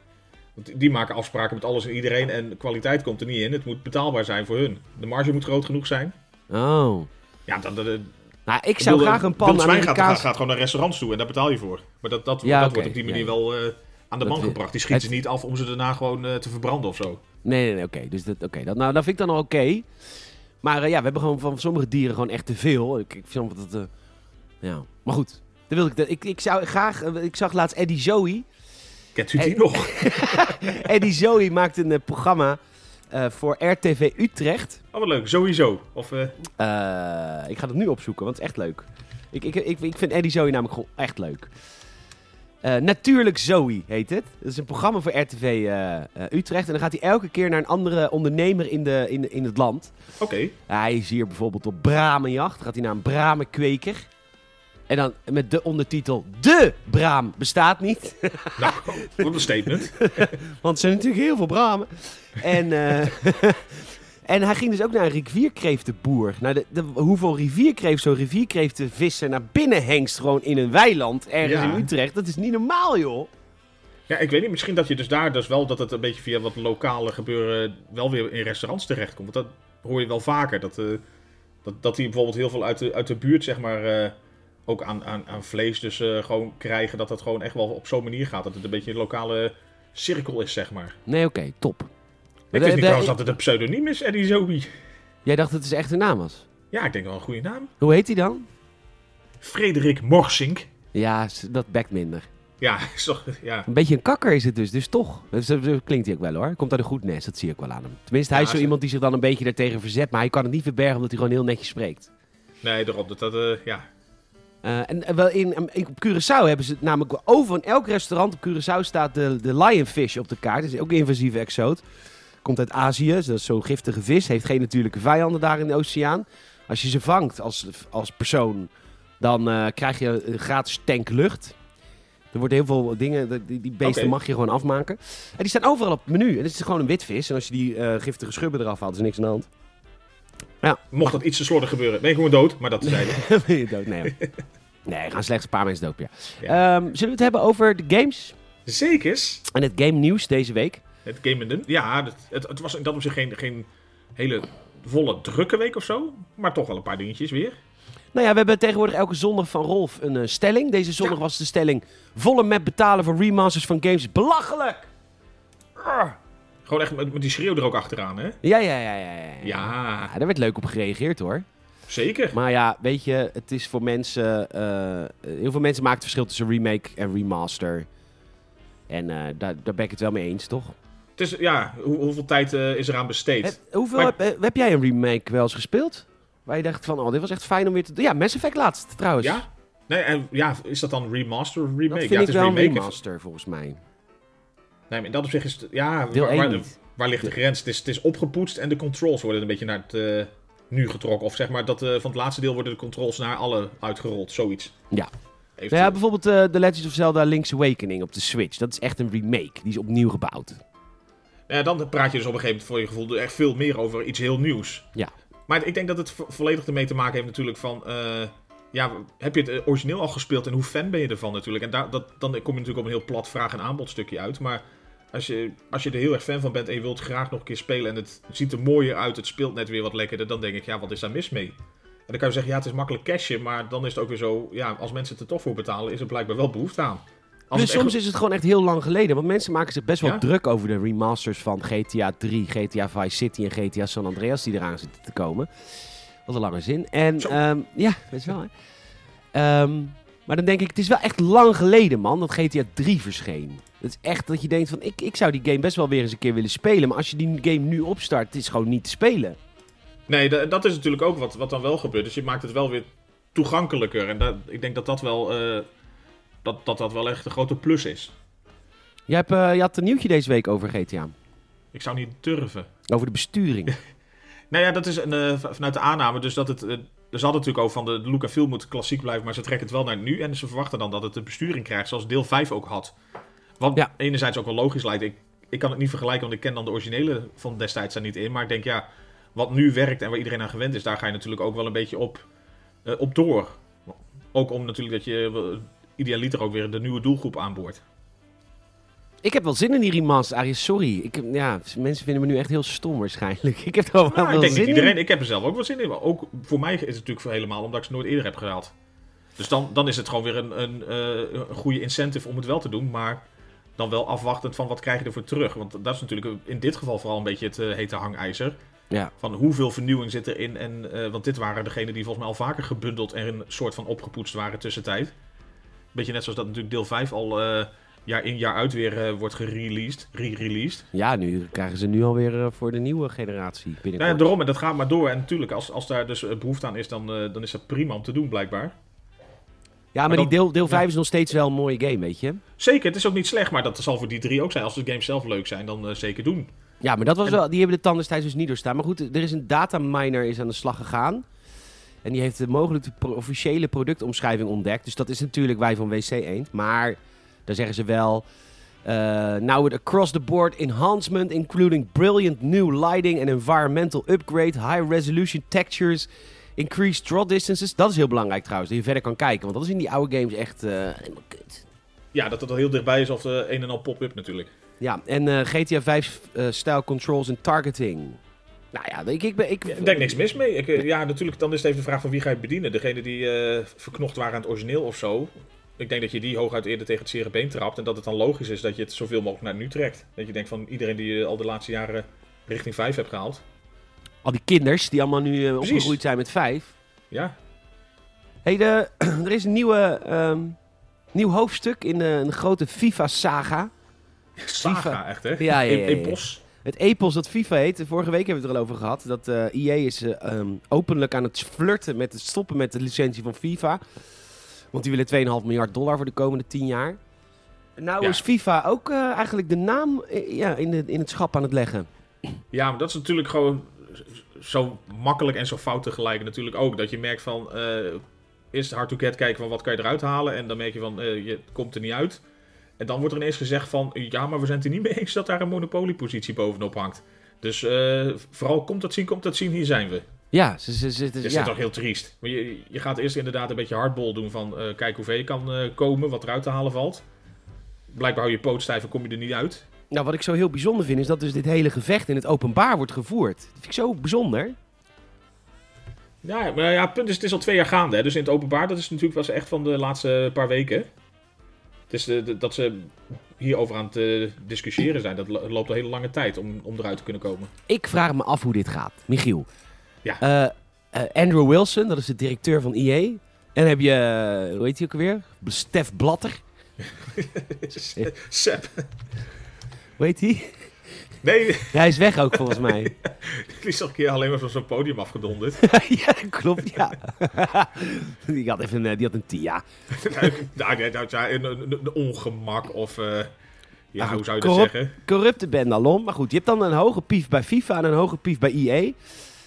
Speaker 2: Want die- die maken afspraken met alles en iedereen en de kwaliteit komt er niet in. Het moet betaalbaar zijn voor hun. De marge moet groot genoeg zijn.
Speaker 1: Oh.
Speaker 2: Ja, dan... dan- dan-
Speaker 1: Nou, ik zou
Speaker 2: bedoel, eh,
Speaker 1: graag een
Speaker 2: wild
Speaker 1: pan
Speaker 2: zwijn gaat,
Speaker 1: Amerikaans...
Speaker 2: gaat gewoon naar restaurants toe en daar betaal je voor. Maar dat, dat,
Speaker 1: Ja,
Speaker 2: dat
Speaker 1: oké,
Speaker 2: wordt op die manier
Speaker 1: ja.
Speaker 2: wel eh, aan de
Speaker 1: Dat
Speaker 2: man
Speaker 1: we-
Speaker 2: gebracht. Die schieten
Speaker 1: het-
Speaker 2: ze niet af om ze daarna gewoon eh, te verbranden of zo.
Speaker 1: Nee, nee, nee. Oké. Dus dat, oké, dat, nou, dat vind ik dan al oké. Maar eh, ja, we hebben gewoon van sommige dieren gewoon echt te veel. Ik, ik vind dat... eh, ja. Maar goed. Dan wil ik, dat- ik, ik zou graag... eh, Ik zag laatst Eddie Zoe.
Speaker 2: Kent u die
Speaker 1: En-
Speaker 2: nog?
Speaker 1: Eddie Zoe maakt een eh, programma eh, voor RTV Utrecht.
Speaker 2: Oh, wat leuk. Sowieso. Of... eh,
Speaker 1: Eh, ik ga dat nu opzoeken, want het is echt leuk. Ik, ik, ik, ik vind Eddie Zoe namelijk gewoon echt leuk. Eh, Natuurlijk Zoe heet het. Dat is een programma voor RTV eh, eh, Utrecht. En dan gaat hij elke keer naar een andere ondernemer in, de, in, in het land.
Speaker 2: Oké.
Speaker 1: Hij is hier bijvoorbeeld op bramenjacht. Dan gaat hij naar een bramenkweker. En dan met de ondertitel De Braam bestaat niet.
Speaker 2: Nou, wat een statement.
Speaker 1: Want er zijn natuurlijk heel veel bramen. En, (laughs) eh, en hij ging dus ook naar een rivierkreeftenboer. Naar de, de- hoeveel rivierkreeft zo'n rivierkreeftenvisser naar binnen hengst... gewoon in een weiland, ergens
Speaker 2: Ja.
Speaker 1: in Utrecht. Dat is niet normaal, joh.
Speaker 2: Ja, ik weet niet, misschien dat je dus daar dus wel dat het een beetje via wat lokale gebeuren wel weer in restaurants terechtkomt. Want dat hoor je wel vaker. Dat, eh, dat, dat die bijvoorbeeld heel veel uit de, uit de buurt, zeg maar, eh, ook aan, aan, aan vlees dus eh, gewoon krijgen. Dat dat gewoon echt wel op zo'n manier gaat. Dat het een beetje een lokale cirkel is, zeg maar.
Speaker 1: Nee, oké, top.
Speaker 2: Ik
Speaker 1: Eh,
Speaker 2: wist niet
Speaker 1: eh,
Speaker 2: trouwens dat het een pseudoniem is, Eddie Zobi.
Speaker 1: Jij dacht dat het zijn echte naam was.
Speaker 2: Ja, ik denk wel een goede naam.
Speaker 1: Hoe heet hij dan?
Speaker 2: Frederik Morsink.
Speaker 1: Ja, s- dat bekt minder.
Speaker 2: Ja, (laughs) is toch, ja.
Speaker 1: Een beetje een kakker is het dus, dus toch. Dat is- dat klinkt hij ook wel hoor. Komt uit een goed nest, dat zie ik wel aan hem. Tenminste, hij
Speaker 2: Ja,
Speaker 1: is zo
Speaker 2: ze-
Speaker 1: iemand die zich dan een beetje daartegen verzet. Maar hij kan het niet verbergen omdat hij gewoon heel netjes spreekt.
Speaker 2: Nee, daarop. Dat, dat, eh, ja.
Speaker 1: Eh, en eh, wel in, em, in- op Curaçao hebben ze het namelijk over. In elk restaurant op Curaçao staat de, de lionfish op de kaart. Dat is ook een invasieve exoot. Komt uit Azië, dus dat is zo'n giftige vis. Heeft geen natuurlijke vijanden daar in de oceaan. Als je ze vangt als, als persoon, dan eh, krijg je een gratis tank lucht. Er worden heel veel dingen, die- die, die beesten
Speaker 2: Oké.
Speaker 1: mag je gewoon afmaken. En die staan overal op het menu. En het is gewoon een witvis. En als je die eh, giftige schubben eraf haalt, is niks aan de hand.
Speaker 2: Mocht dat iets te slordig gebeuren, ben je gewoon dood. Maar dat zeiden
Speaker 1: (laughs) Ben je dood? Nee, hoor. nee er gaan slechts een paar mensen dood per jaar.
Speaker 2: Ja.
Speaker 1: Ehm, zullen we het hebben over de games
Speaker 2: Zekers.
Speaker 1: en het game nieuws deze week?
Speaker 2: Het Game and Dun- Ja, het, het, het was in dat opzicht geen, geen hele volle drukke week of zo. Maar toch wel een paar dingetjes weer.
Speaker 1: Nou ja, we hebben tegenwoordig elke zondag van Rolf een eh, stelling. Deze zondag was de stelling volle map betalen voor remasters van games. is Belachelijk!
Speaker 2: Ah.
Speaker 1: Arr.
Speaker 2: Gewoon echt met, met die schreeuw er ook achteraan, hè?
Speaker 1: Ja, ja, ja, ja, ja.
Speaker 2: Ja,
Speaker 1: Ja, daar werd leuk op gereageerd hoor.
Speaker 2: zeker.
Speaker 1: Maar ja, weet je, het is voor mensen. eh, heel veel mensen maken het verschil tussen remake en remaster. En eh, daar, daar ben ik het wel mee eens, toch?
Speaker 2: Het is, ja, hoe, hoeveel tijd eh, is eraan besteed?
Speaker 1: Heb, hoeveel
Speaker 2: Maar-
Speaker 1: heb, eh, heb jij een remake wel eens gespeeld? Waar je dacht van, oh, dit was echt fijn om weer te doen. Ja, Mass Effect laatst trouwens.
Speaker 2: Ja? Nee, en, ja, is dat dan remaster of remake?
Speaker 1: Dus- dat vind
Speaker 2: ja,
Speaker 1: ik
Speaker 2: het is
Speaker 1: wel een
Speaker 2: remake.
Speaker 1: remaster volgens mij.
Speaker 2: Nee, maar in dat opzicht is het... Ja,
Speaker 1: Deel
Speaker 2: waar,
Speaker 1: 1
Speaker 2: waar,
Speaker 1: niet.
Speaker 2: waar ligt de grens? Het is, het is opgepoetst en de controls worden een beetje naar het eh, nu getrokken. Of zeg maar, dat, eh, van het laatste deel worden de controls naar alle uitgerold. Zoiets.
Speaker 1: Ja. Nou
Speaker 2: Eventueel.
Speaker 1: ja, bijvoorbeeld eh The Legend of Zelda Link's Awakening op de Switch. Dat is echt een remake. Die is opnieuw gebouwd.
Speaker 2: Ja, dan praat je dus op een gegeven moment voor je gevoel echt veel meer over iets heel nieuws.
Speaker 1: Ja.
Speaker 2: Maar ik denk dat het vo- volledig ermee te maken heeft natuurlijk van... eh, ja, heb je het eh, origineel al gespeeld en hoe fan ben je ervan natuurlijk? En daar, dat, dan kom je natuurlijk op een heel plat vraag- en aanbodstukje uit. Maar als je, als je er heel erg fan van bent en je wilt graag nog een keer spelen... en het ziet er mooier uit, het speelt net weer wat lekkerder... dan denk ik, ja, wat is daar mis mee? En dan kan je zeggen, ja, het is makkelijk cashen... maar dan is het ook weer zo, ja, als mensen het er toch voor betalen... is er blijkbaar wel behoefte aan. Als
Speaker 1: Dus
Speaker 2: het echt-
Speaker 1: soms is het gewoon echt heel lang geleden. Want mensen maken zich best wel
Speaker 2: Ja.
Speaker 1: druk over de remasters van GTA 3, GTA Vice City en GTA San Andreas die eraan zitten te komen. Wat een lange zin. En
Speaker 2: Zo.
Speaker 1: ehm, ja, dat is wel hè. Ehm, maar dan denk ik, het is wel echt lang geleden man dat GTA 3 verscheen. Het is echt dat je denkt van, ik, ik zou die game best wel weer eens een keer willen spelen. Maar als je die game nu opstart, het is gewoon niet te spelen.
Speaker 2: Nee, da- dat is natuurlijk ook wat, wat dan wel gebeurt. Dus je maakt het wel weer toegankelijker. En dat, ik denk dat dat wel, eh, dat, dat dat wel echt een grote plus is.
Speaker 1: Jij hebt, eh, je had een nieuwtje deze week over GTA.
Speaker 2: Ik zou niet durven.
Speaker 1: Over de besturing.
Speaker 2: Nou ja, dat is een, eh, v- vanuit de aanname. Dus dat het, eh, er zat natuurlijk ook van de look en feel moet klassiek blijven. Maar ze trekken het wel naar nu. En ze verwachten dan dat het een besturing krijgt. Zoals deel 5 ook had. Wat
Speaker 1: Ja.
Speaker 2: enerzijds ook wel logisch lijkt. Ik, ik kan het niet vergelijken, want ik ken dan de originele van destijds daar niet in. Maar ik denk ja, wat nu werkt en waar iedereen aan gewend is. Daar ga je natuurlijk ook wel een beetje op, eh, op door. Ook om natuurlijk dat je eh, idealiter ook weer de nieuwe doelgroep aanboort.
Speaker 1: Ik heb wel zin in die remaster, Arius. Sorry. Ik, heb- ja, mensen vinden me nu echt heel stom waarschijnlijk. (laughs) Ik heb er wel,
Speaker 2: Nou, (laughs) ik
Speaker 1: wel
Speaker 2: denk
Speaker 1: zin
Speaker 2: niet iedereen.
Speaker 1: in.
Speaker 2: Ik heb er zelf ook wel zin in. Maar ook voor mij is het natuurlijk voor helemaal omdat ik ze nooit eerder heb gehaald. Dus dan, dan is het gewoon weer een, een, eh, een goede incentive om het wel te doen. Maar dan wel afwachtend van wat krijg je ervoor terug. Want dat is natuurlijk in dit geval vooral een beetje het eh, hete hangijzer.
Speaker 1: Ja.
Speaker 2: Van hoeveel vernieuwing zit erin. En, eh, want dit waren degenen die volgens mij al vaker gebundeld en een soort van opgepoetst waren tussentijd. Beetje net zoals dat natuurlijk deel 5 al eh, jaar in jaar uit weer eh, wordt gereleased. Re-released.
Speaker 1: ja, nu krijgen ze nu alweer eh, voor de nieuwe generatie
Speaker 2: Nou ja,
Speaker 1: binnenkort.
Speaker 2: daarom, en dat gaat maar door. En natuurlijk, als, als daar dus eh, behoefte aan is, dan, eh, dan is dat prima om te doen, blijkbaar.
Speaker 1: ja, maar
Speaker 2: maar
Speaker 1: die
Speaker 2: dan-
Speaker 1: deel, deel 5 is nog steeds wel een mooie game, weet je.
Speaker 2: Zeker, het is ook niet slecht, maar dat zal voor die drie ook zijn. Als de games zelf leuk zijn, dan eh, zeker doen.
Speaker 1: Ja, maar dat was
Speaker 2: En-
Speaker 1: wel, die hebben de tanden destijds dus niet doorstaan. Maar goed, er is een dataminer is aan de slag gegaan. En die heeft de mogelijk de pro- officiële productomschrijving ontdekt. Dus dat is natuurlijk wij van WC Eend. Maar daar zeggen ze wel... eh, now with across-the-board enhancement, including brilliant new lighting and environmental upgrade, high-resolution textures, increased draw distances. Dat is heel belangrijk trouwens, dat je verder kan kijken. Want dat is in die oude games echt eh, helemaal kut.
Speaker 2: Ja, dat het al heel dichtbij is of de een en al pop-up natuurlijk.
Speaker 1: Ja, en eh, GTA 5 eh style controls en targeting. Nou ja, ik, ik ben... Ik,
Speaker 2: Ik denk niks mis mee. Ik, eh, ja, natuurlijk, dan is het even de vraag van wie ga je bedienen. Degene die eh, verknocht waren aan het origineel of zo. Ik denk dat je die hooguit eerder tegen het zere been trapt. En dat het dan logisch is dat je het zoveel mogelijk naar nu trekt. Dat je denkt van iedereen die je al de laatste jaren richting 5 hebt gehaald.
Speaker 1: Al die kinders die allemaal nu eh,
Speaker 2: Precies.
Speaker 1: opgegroeid zijn met vijf.
Speaker 2: Ja,
Speaker 1: Hey, de, (clears throat) er is een nieuwe, ehm, nieuw hoofdstuk in de, een grote FIFA-saga.
Speaker 2: saga echt hè.
Speaker 1: Ja, ja, ja, ja.
Speaker 2: In, in bos.
Speaker 1: Het epos dat FIFA heet. eh, Vorige week hebben we het er al over gehad. Dat eh EA is eh, ehm, openlijk aan het flirten met het stoppen met de licentie van FIFA. Want die willen 2,5 miljard dollar voor de komende 10 jaar. Nou
Speaker 2: Ja.
Speaker 1: is FIFA ook eh, eigenlijk de naam eh, ja, in, de, in het schap aan het leggen.
Speaker 2: Ja, maar dat is natuurlijk gewoon zo makkelijk en zo fout tegelijk natuurlijk ook. Dat je merkt van, eh eerst hard to get kijken van wat kan je eruit halen. En dan merk je van, eh, je komt er niet uit. En dan wordt er ineens gezegd van, ja, maar we zijn het er niet mee eens dat daar een monopoliepositie bovenop hangt. Dus eh, vooral komt dat zien, komt dat zien, hier zijn we.
Speaker 1: Ja, ze, ze, ze, ze-
Speaker 2: Dat is
Speaker 1: ja.
Speaker 2: toch heel triest. Maar je, je gaat eerst inderdaad een beetje hardbol doen van, eh, kijk hoe ver je kan eh, komen, wat eruit te halen valt. Blijkbaar hou je poot stijf en kom je er niet uit.
Speaker 1: Nou, wat ik zo heel bijzonder vind, is dat dus dit hele gevecht in het openbaar wordt gevoerd. Dat vind ik zo bijzonder.
Speaker 2: Ja, maar ja, het punt is, het is al twee jaar gaande. Hè? Dus in het openbaar, dat is natuurlijk was echt van de laatste paar weken. Het is de, de- dat ze hierover aan het eh, discussiëren zijn. Dat lo- loopt al hele lange tijd om, om eruit te kunnen (laughs) komen.
Speaker 1: Ik vraag me af hoe dit gaat. Michiel.
Speaker 2: Ja.
Speaker 1: Eh, eh, Andrew Wilson, dat is de directeur van EA. En dan heb je, eh, hoe heet hij ook alweer? Stef Blatter.
Speaker 2: Sep.
Speaker 1: Hoe heet hij? (laughs)
Speaker 2: Nee, (laughs)
Speaker 1: Hij is weg ook volgens mij. (laughs)
Speaker 2: die is al een keer alleen maar van zo'n podium afgedonderd. (laughs)
Speaker 1: ja, dat klopt, ja. (laughs) die had even een, eh, die had een TIA.
Speaker 2: nou, ja, nou, ja, een, een- een ongemak of... eh, ja,
Speaker 1: goed,
Speaker 2: hoe zou je dat
Speaker 1: corrupt.
Speaker 2: zeggen?
Speaker 1: Corrupte Ben Alom. Maar goed, je hebt dan een hoge pief bij FIFA en een hoge pief bij E EA.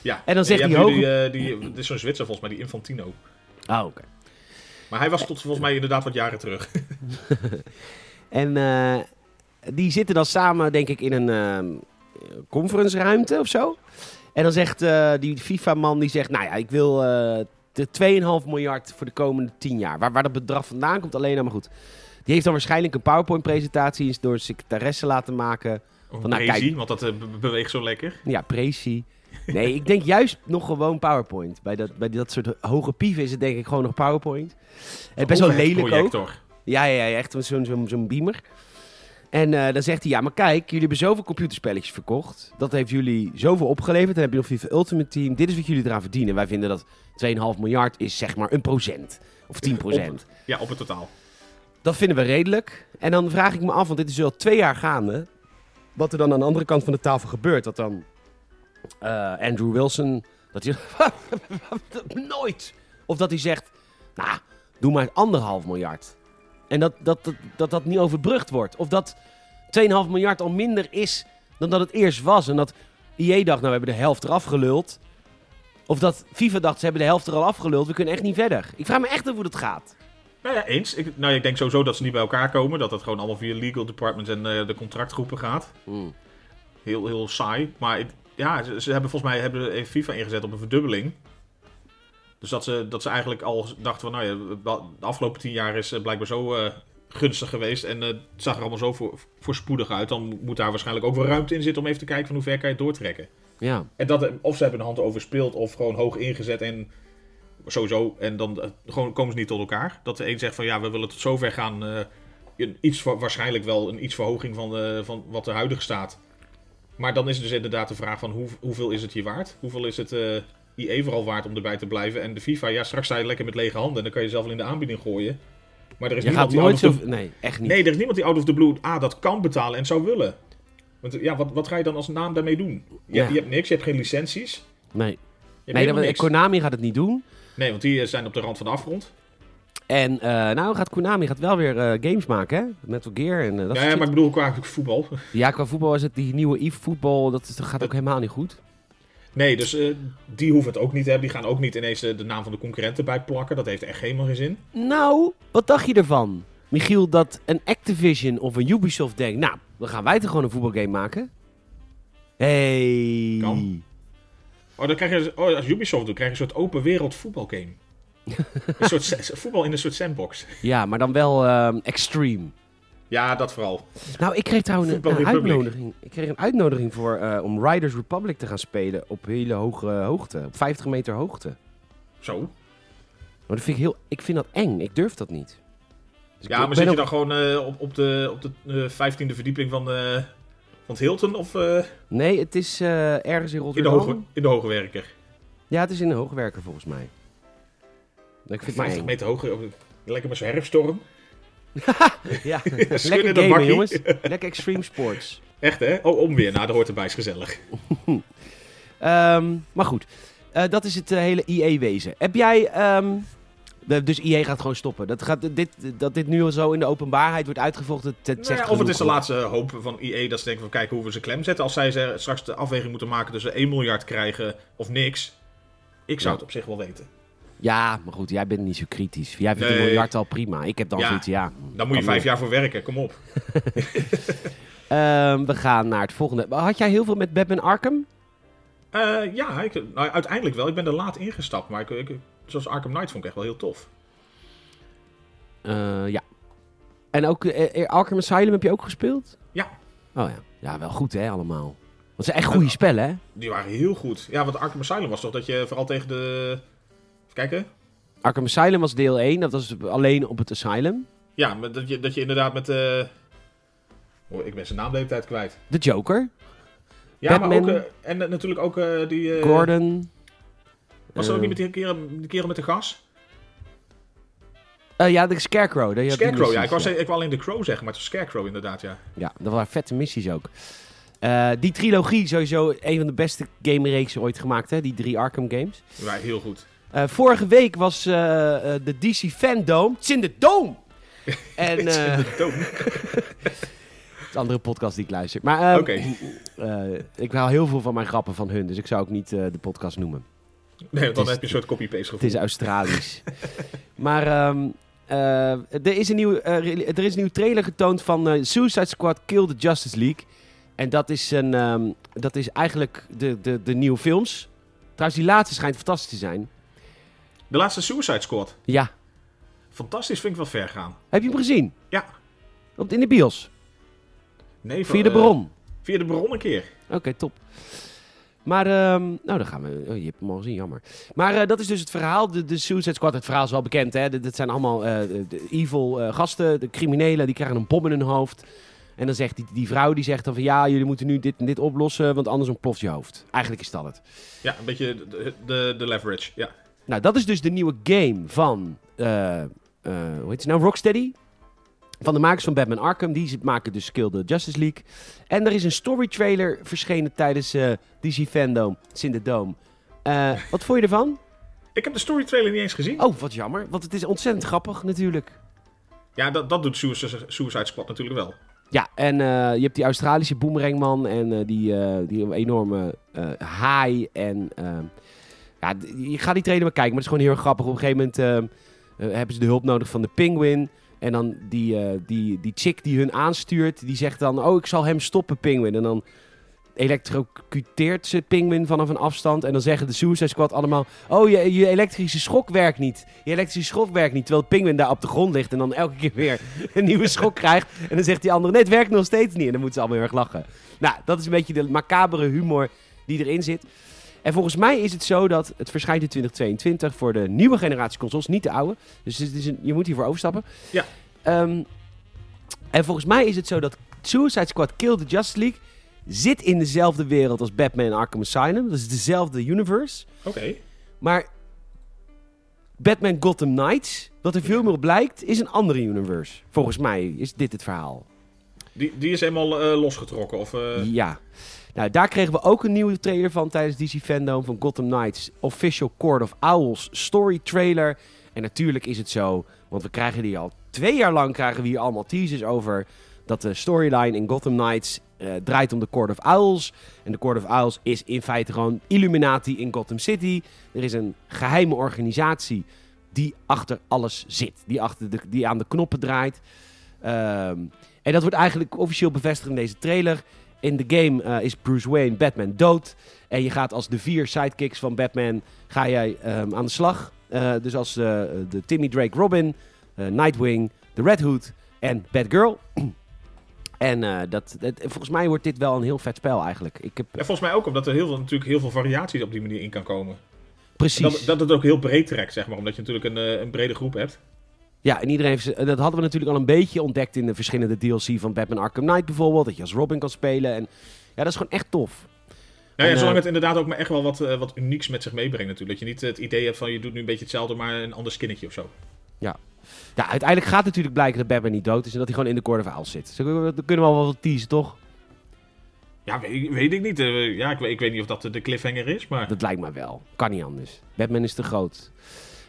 Speaker 2: Ja.
Speaker 1: En dan zegt
Speaker 2: je
Speaker 1: die
Speaker 2: hebt nu
Speaker 1: hoge-
Speaker 2: Die, eh, die, dit is zo'n Zwitser volgens mij, die Infantino.
Speaker 1: Ah, oké.
Speaker 2: Maar hij was tot volgens mij inderdaad wat jaren terug.
Speaker 1: En eh, die zitten dan samen, denk ik, in een eh, conferenceruimte of zo. En dan zegt eh, die FIFA-man, die zegt, nou ja, ik wil eh, de 2,5 miljard voor de komende 10 jaar. Waar, waar dat bedrag vandaan komt, alleen al maar goed. Die heeft dan waarschijnlijk een PowerPoint-presentatie eens door secretaresse laten maken.
Speaker 2: Van,
Speaker 1: nou, kijk.
Speaker 2: want dat eh, be- beweegt zo lekker.
Speaker 1: Ja, precie. Nee, ik denk juist nog gewoon PowerPoint. Bij dat, bij dat soort hoge pieven is het denk ik gewoon nog PowerPoint. En best wel lelijk ook.
Speaker 2: Overheidsprojector.
Speaker 1: Ja, ja, ja echt zo'n zo'n zo'n beamer. En eh, dan zegt hij, ja, maar kijk, jullie hebben zoveel computerspelletjes verkocht. Dat heeft jullie zoveel opgeleverd. Dan heb je nog FIFA Ultimate Team. Dit is wat jullie eraan verdienen. Wij vinden dat 2,5 miljard is zeg maar een procent. Of 10 procent.
Speaker 2: Ja, op het totaal.
Speaker 1: Dat vinden we redelijk. En dan vraag ik me af, want dit is al twee jaar gaande. Wat er dan aan de andere kant van de tafel gebeurt. Dat dan eh, Andrew Wilson. Dat hij. (laughs) Nooit! Of dat hij zegt. Nou, doe maar anderhalf miljard. En dat dat, dat, dat dat niet overbrugd wordt. Of dat 2,5 miljard al minder is dan dat het eerst was. En dat IE dacht, nou we hebben de helft eraf geluld. Of dat FIFA dacht, ze hebben de helft er al afgeluld. We kunnen echt niet verder. Ik vraag me echt af hoe dat gaat.
Speaker 2: Nou ja, eens. Ik, nou, ik denk sowieso dat ze niet bij elkaar komen. Dat het gewoon allemaal via legal departments en eh, de contractgroepen gaat. Heel, heel saai. Maar ik- ja, ze, ze hebben volgens mij hebben eh, FIFA ingezet op een verdubbeling. Dus dat ze, dat ze eigenlijk al dachten van, nou ja, wa- de afgelopen tien jaar is eh, blijkbaar zo eh, gunstig geweest. En eh, het zag er allemaal zo voor, voorspoedig uit. Dan moet daar waarschijnlijk ook wel ruimte in zitten om even te kijken van hoe ver kan je het doortrekken.
Speaker 1: Ja.
Speaker 2: En dat, eh, of ze hebben een hand overspeeld of gewoon hoog ingezet en sowieso. En dan eh, gewoon komen ze niet tot elkaar. Dat de een zegt van ja, we willen tot zover gaan. eh, een iets, ver- waarschijnlijk wel een iets verhoging van, eh, van wat er huidig staat. Maar dan is het dus inderdaad de vraag van hoe, hoeveel is het hier waard? Hoeveel is het eh IE vooral waard om erbij te blijven? En de FIFA, ja straks sta je lekker met lege handen en dan kan je zelf wel in de aanbieding gooien. Maar er is
Speaker 1: Je
Speaker 2: niemand
Speaker 1: gaat
Speaker 2: die
Speaker 1: nooit
Speaker 2: out of
Speaker 1: zo...
Speaker 2: the-
Speaker 1: Nee, echt niet.
Speaker 2: Nee, er is niemand die out of the blue ah, dat kan betalen en zou willen. Want eh, ja, wat, wat ga je dan als naam daarmee doen? Je,
Speaker 1: Ja.
Speaker 2: je hebt niks, je hebt geen licenties.
Speaker 1: Nee, nee
Speaker 2: Je hebt
Speaker 1: dat,
Speaker 2: helemaal niks.
Speaker 1: Konami gaat het niet doen.
Speaker 2: Nee, want die eh, zijn op de rand van de afgrond.
Speaker 1: En eh, nou gaat Konami gaat wel weer eh, games maken, hè? Metal Gear en eh, dat
Speaker 2: Ja,
Speaker 1: soort
Speaker 2: ja,
Speaker 1: shit.
Speaker 2: maar ik bedoel qua voetbal. (laughs)
Speaker 1: Ja, qua voetbal is het die nieuwe EVE voetbal, dat, is, dat gaat
Speaker 2: Dat-
Speaker 1: ook helemaal niet goed.
Speaker 2: Nee, dus eh, die hoeven het ook niet te hebben. Die gaan ook niet ineens eh, de naam van de concurrenten bij plakken. Dat heeft echt helemaal geen zin.
Speaker 1: Nou, wat dacht je ervan? Michiel, dat een Activision of een Ubisoft denkt... Nou, dan gaan wij toch gewoon een voetbalgame maken? Hey.
Speaker 2: Kan. Oh, dan krijg je, oh, als Ubisoft doet, krijg je een soort open
Speaker 1: (laughs)
Speaker 2: wereld voetbalgame. een soort sa- voetbal in een soort sandbox.
Speaker 1: Ja, maar dan wel ehm, extreme.
Speaker 2: Ja, dat vooral.
Speaker 1: Nou, ik kreeg trouwens een,
Speaker 2: Voetbal
Speaker 1: een
Speaker 2: Republic.
Speaker 1: uitnodiging. Ik kreeg een uitnodiging voor, eh, om Riders Republic te gaan spelen op hele hoge eh, hoogte. Op 50 meter hoogte.
Speaker 2: Zo.
Speaker 1: Maar dat vind ik, heel, ik vind dat eng. Ik durf dat niet. Dus ik
Speaker 2: Ja,
Speaker 1: ben
Speaker 2: maar zit je
Speaker 1: ook-
Speaker 2: dan gewoon eh, op, op de, op de eh, vijftiende verdieping van, eh, van het Hilton of eh,
Speaker 1: Nee, het is eh, ergens in
Speaker 2: in, de
Speaker 1: Rotterdam.
Speaker 2: hoge, in de hoge werker?
Speaker 1: Ja, het is in de hoogwerker volgens mij. Ik vind het maar
Speaker 2: 50
Speaker 1: eng.
Speaker 2: meter hoger. op de- Lekker met zo'n (laughs) herfststorm. (laughs)
Speaker 1: Ja,
Speaker 2: Schudden
Speaker 1: lekker
Speaker 2: de
Speaker 1: gamen,
Speaker 2: bakkie. (laughs)
Speaker 1: jongens. Lekker extreme sports.
Speaker 2: Echt hè? Oh, onweer. Nou, dat hoort erbij. Is gezellig.
Speaker 1: Ehm, maar goed, Eh, dat is het eh, hele IE-wezen. Heb jij... ehm, de- dus IE gaat gewoon stoppen. Dat, gaat, dit, dat dit nu al zo in de openbaarheid wordt uitgevochten, dat zegt
Speaker 2: Nou ja, of het
Speaker 1: genoeg,
Speaker 2: is de
Speaker 1: hoor.
Speaker 2: laatste hoop van IE dat ze denken van kijken hoe we ze klem zetten. Als zij ze straks de afweging moeten maken tussen 1 miljard krijgen of niks. Ik zou
Speaker 1: Ja.
Speaker 2: het op zich wel weten.
Speaker 1: Ja, maar goed, jij bent niet zo kritisch. Jij vindt een
Speaker 2: Nee.
Speaker 1: miljard al prima. Ik heb dan
Speaker 2: Ja.
Speaker 1: zoiets, ja.
Speaker 2: Daar moet je
Speaker 1: Kan
Speaker 2: vijf jaar voor werken, kom op.
Speaker 1: Ehm, we gaan naar het volgende. Had jij heel veel met Batman Arkham?
Speaker 2: Eh, ja, ik, nou, uiteindelijk wel. Ik ben er laat ingestapt, maar ik, ik- zoals Arkham Knight vond ik echt wel heel tof.
Speaker 1: Eh, ja. En ook eh, eh, Arkham Asylum heb je ook gespeeld?
Speaker 2: Ja.
Speaker 1: Oh ja. Ja, wel goed hè, allemaal. Want het zijn echt goede spellen, hè?
Speaker 2: Die waren heel goed. Ja, want Arkham Asylum was toch dat je vooral tegen de... Even kijken.
Speaker 1: Arkham Asylum was deel 1. Dat was alleen op het Asylum.
Speaker 2: Ja, maar dat je, dat je inderdaad met... eh, Oh, ik ben zijn naam de hele tijd kwijt.
Speaker 1: De Joker.
Speaker 2: Ja, maar ook...
Speaker 1: Batman.
Speaker 2: eh, en eh, natuurlijk ook eh, die... eh,
Speaker 1: Gordon.
Speaker 2: Was dat ook
Speaker 1: Eh.
Speaker 2: niet met die kerel, die kerel met de gas?
Speaker 1: Eh, ja, de Scarecrow. daar had je die
Speaker 2: Scarecrow, ja.
Speaker 1: missies,
Speaker 2: Ik wou, zeggen- ik wou alleen de Crow zeggen, maar het was Scarecrow inderdaad, ja.
Speaker 1: Ja, dat waren vette missies ook. Eh, die trilogie sowieso een van de beste gamereeksen ooit gemaakt, hè? Die drie Arkham games.
Speaker 2: Die waren heel goed.
Speaker 1: Eh, vorige week was eh, eh, de DC Fandome. Het is in de
Speaker 2: (laughs)
Speaker 1: Dome! En
Speaker 2: It's
Speaker 1: eh,
Speaker 2: in the
Speaker 1: (laughs)
Speaker 2: dome.
Speaker 1: het is een andere podcast die ik luister. Maar ehm,
Speaker 2: Oké.
Speaker 1: eh, ik haal heel veel van mijn grappen van hun, dus ik zou ook niet eh, de podcast noemen.
Speaker 2: Nee, want dan
Speaker 1: is-
Speaker 2: heb je een soort copy-paste
Speaker 1: Het
Speaker 2: gevoel.
Speaker 1: is Australisch. maar ehm, eh, er, is een nieuw, eh, re- er is een nieuwe trailer getoond van eh, Suicide Squad Kill the Justice League. En dat is, een, ehm, dat is eigenlijk de, de, de nieuwe films. Trouwens, die laatste schijnt fantastisch te zijn.
Speaker 2: De laatste Suicide Squad.
Speaker 1: Ja,
Speaker 2: Fantastisch, vind ik wel ver gaan.
Speaker 1: heb je hem gezien?
Speaker 2: Ja.
Speaker 1: Op- In de bios,
Speaker 2: Nee, van,
Speaker 1: via de
Speaker 2: eh,
Speaker 1: bron.
Speaker 2: via de bron een keer.
Speaker 1: Oké, top. Maar, ehm, nou, dan gaan we. Oh, je hebt hem al gezien, jammer. Maar eh, dat is dus het verhaal. De, de Suicide Squad, het verhaal is wel bekend, hè? Dat, dat zijn allemaal eh, de- de evil eh, gasten, de criminelen, die krijgen een bom in hun hoofd. En dan zegt die, die vrouw, die zegt dan van ja, jullie moeten nu dit en dit oplossen, want anders ontploft je hoofd. Eigenlijk is dat het.
Speaker 2: Ja, een beetje de, de, de leverage. Ja.
Speaker 1: Nou, dat is dus de nieuwe game van, eh, eh, hoe heet ze nou, Rocksteady. Van de makers van Batman Arkham. Die zit- maken dus Kill the Justice League. En er is een story trailer verschenen tijdens eh, DC Fandom, Sinderdome. Eh wat vond je ervan?
Speaker 2: Ik heb de story trailer niet eens gezien.
Speaker 1: Oh, wat jammer. Want het is ontzettend grappig natuurlijk.
Speaker 2: Ja, dat, dat doet Suicide, Suicide Squad natuurlijk wel.
Speaker 1: Ja, en eh, je hebt die Australische boemerangman en eh, die, eh, die enorme eh, haai. En ehm, ja, d- je gaat die trainer maar kijken, maar het is gewoon heel erg grappig. Op een gegeven moment ehm, eh, hebben ze de hulp nodig van de penguin. En dan die, eh, die, die chick die hun aanstuurt, die zegt dan... Oh, ik zal hem stoppen, penguin. En dan elektrocuteert ze penguin vanaf een afstand. En dan zeggen de Suicide Squad allemaal... Oh, je, je elektrische schok werkt niet. Je elektrische schok werkt niet. Terwijl de penguin daar op de grond ligt en dan elke keer weer (laughs) een nieuwe schok krijgt. En dan zegt die andere... Nee, het werkt nog steeds niet. En dan moeten ze allemaal heel erg lachen. Nou, dat is een beetje de macabere humor die erin zit. En volgens mij is het zo dat het verschijnt in 2022 voor de nieuwe generatie consoles, niet de oude. Dus het is een- je moet hiervoor overstappen.
Speaker 2: Ja.
Speaker 1: Ehm, en volgens mij is het zo dat Suicide Squad Kill the Justice League zit in dezelfde wereld als Batman en Arkham Asylum. Dat is dezelfde universe.
Speaker 2: Oké.
Speaker 1: Maar Batman Gotham Knights, wat er veel meer op blijkt, is een andere universe. Volgens mij is dit het verhaal.
Speaker 2: Die, die is helemaal eh, losgetrokken. Of, eh,
Speaker 1: Ja. Nou, daar kregen we ook een nieuwe trailer van tijdens DC Fandom van Gotham Knights Official Court of Owls Story Trailer. En natuurlijk is het zo, want we krijgen die al twee jaar lang krijgen we hier allemaal teasers over dat de storyline in Gotham Knights eh, draait om de Court of Owls. En de Court of Owls is in feite gewoon Illuminati in Gotham City. Er is een geheime organisatie die achter alles zit. Die, achter de, die aan de knoppen draait. Ehm, en dat wordt eigenlijk officieel bevestigd in deze trailer. In de game eh, is Bruce Wayne Batman dood. En je gaat als de vier sidekicks van Batman ga jij ehm, aan de slag. Eh, dus als eh, de Timmy Drake Robin, eh, Nightwing, de Red Hood en Batgirl. (clears throat) en eh, dat, dat- volgens mij wordt dit wel een heel vet spel eigenlijk. Ik heb
Speaker 2: En volgens mij ook omdat er heel veel, natuurlijk heel veel variaties op die manier in kan komen. En
Speaker 1: precies...
Speaker 2: Dat, dat het ook heel breed trekt, zeg maar. Omdat je natuurlijk een, eh, een brede groep hebt.
Speaker 1: Ja, en iedereen heeft, z- dat hadden we natuurlijk al een beetje ontdekt in de verschillende DLC van Batman Arkham Knight bijvoorbeeld. Dat je als Robin kan spelen. En ja, dat is gewoon echt tof.
Speaker 2: Nou
Speaker 1: En,
Speaker 2: ja, zolang
Speaker 1: eh,
Speaker 2: het inderdaad ook maar echt wel wat, eh, wat unieks met zich meebrengt natuurlijk. Dat je niet eh, het idee hebt van je doet nu een beetje hetzelfde, maar een ander skinnetje of zo.
Speaker 1: Ja, uiteindelijk gaat het natuurlijk blijken dat Batman niet dood is en dat hij gewoon in de Court of Owls zit. Dus dat kunnen we- dat kunnen we al wel teasen, toch?
Speaker 2: Ja, weet, weet ik niet. Eh, ja, ik, weet- ik weet niet of dat de cliffhanger is, maar...
Speaker 1: Dat lijkt me wel. Kan niet anders. Batman is te groot.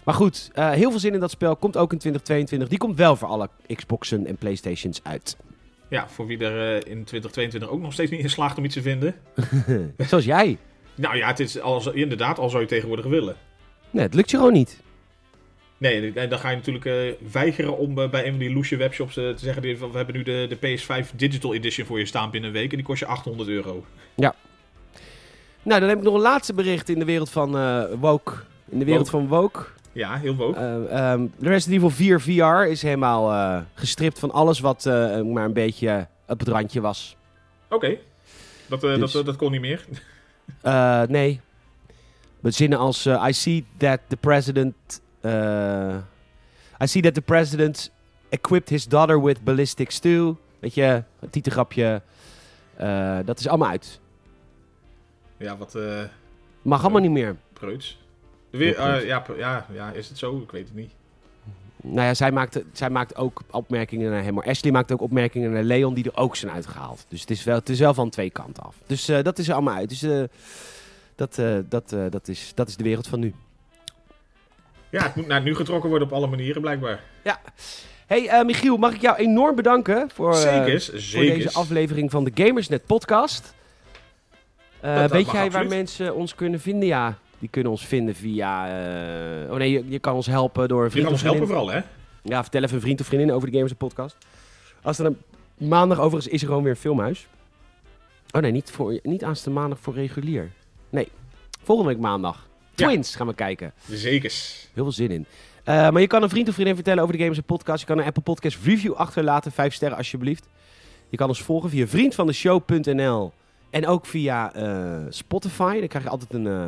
Speaker 1: Maar goed, eh, heel veel zin in dat spel. Komt ook in 2022. Die komt wel voor alle Xboxen en Playstations uit.
Speaker 2: Ja, voor wie er eh, in 2022 ook nog steeds niet in slaagt om iets te vinden.
Speaker 1: Zoals jij.
Speaker 2: Nou ja, het is als, inderdaad al zou je tegenwoordig willen.
Speaker 1: Nee, het lukt je gewoon niet.
Speaker 2: Nee, en dan ga je natuurlijk eh, weigeren om eh, bij een van die loesje webshops eh, te zeggen... die- van, We hebben nu de, de PS5 Digital Edition voor je staan binnen een week en die kost je 800 euro.
Speaker 1: Nou, dan heb ik nog een laatste bericht in de wereld van eh Woke. In de wereld van Woke.
Speaker 2: Ja, heel woke.
Speaker 1: Eh, ehm, Resident Evil 4 VR is helemaal eh, gestript van alles wat eh, maar een beetje op het randje was.
Speaker 2: Oké. Dat, eh,
Speaker 1: Eh. Dus-
Speaker 2: dat, dat kon niet meer. (laughs)
Speaker 1: Eh, nee. Met zinnen als eh, I see that the president. eh, I see that the president equipped his daughter with ballistics too. Weet je, het titelgrapje. Eh, dat is allemaal uit.
Speaker 2: Ja, wat eh
Speaker 1: Mag allemaal niet meer.
Speaker 2: preuts. Weer,
Speaker 1: Heel preuts.
Speaker 2: eh, ja, pre- ja, ja, is het zo? Ik weet het niet.
Speaker 1: Nou ja, zij maakt, zij maakt ook opmerkingen naar hem. Maar Ashley maakt ook opmerkingen naar Leon, die er ook zijn uitgehaald. Dus het is wel, het is wel van twee kanten af. Dus eh, dat is er allemaal uit. Dus eh, dat, eh, dat, eh, dat, is, dat is de wereld van nu.
Speaker 2: Ja, het moet naar nu getrokken worden op alle manieren blijkbaar.
Speaker 1: hey, eh, Michiel, mag ik jou enorm bedanken voor, eh,
Speaker 2: Zekers,
Speaker 1: voor
Speaker 2: zekers.
Speaker 1: deze aflevering van de Gamersnet podcast. Eh,
Speaker 2: dat
Speaker 1: weet
Speaker 2: mag
Speaker 1: jij waar
Speaker 2: absoluut.
Speaker 1: mensen ons kunnen vinden? Ja, die kunnen ons vinden via... eh, oh nee, je, je kan ons helpen door een
Speaker 2: Je
Speaker 1: vriend
Speaker 2: kan
Speaker 1: of
Speaker 2: ons helpen
Speaker 1: vriendin-
Speaker 2: vooral, hè?
Speaker 1: Ja, vertel even een vriend of vriendin over de Gamers Podcast. Als er een maandag overigens is er gewoon weer een filmhuis. Oh nee, niet, voor, niet aanstaande maandag voor regulier. Nee, volgende week maandag.
Speaker 2: Ja.
Speaker 1: Twins gaan we kijken.
Speaker 2: Zekers.
Speaker 1: Heel veel zin in. Eh, maar je kan een vriend of vriendin vertellen over de Gamers Podcast. Je kan een Apple Podcast review achterlaten. Vijf sterren alsjeblieft. Je kan ons volgen via vriendvandeshow.nl en ook via eh, Spotify. Dan krijg je altijd een, eh,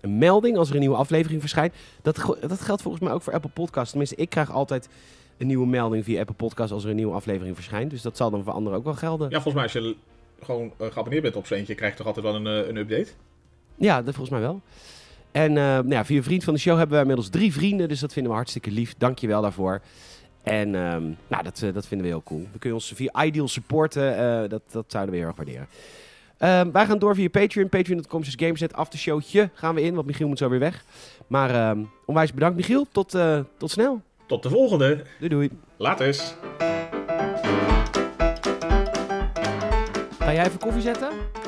Speaker 1: een melding als er een nieuwe aflevering verschijnt. Dat, go- dat geldt volgens mij ook voor Apple Podcasts. Tenminste, ik krijg altijd een nieuwe melding via Apple Podcasts als er een nieuwe aflevering verschijnt. Dus dat zal dan voor anderen ook wel gelden. Ja,
Speaker 2: Ja, volgens mij als je l- gewoon eh, geabonneerd bent op zo'n eentje, krijg je toch altijd wel een, eh, een update?
Speaker 1: dat volgens mij wel. En eh, nou ja, via Vriend van de Show hebben we inmiddels drie vrienden. Dus dat vinden we hartstikke lief. Dank je wel daarvoor. En ehm, nou, dat, eh, dat vinden we heel cool. We kunnen ons via Ideal supporten. eh, dat, dat zouden we heel erg waarderen. Ehm, wij gaan door via Patreon. Patreon.com is Gameset. Aftershowtje gaan we in, want Michiel moet zo weer weg. Maar ehm, onwijs bedankt Michiel. Tot, eh, tot snel.
Speaker 2: Tot de volgende.
Speaker 1: Doei doei.
Speaker 2: Laters.
Speaker 1: Ga jij even koffie zetten?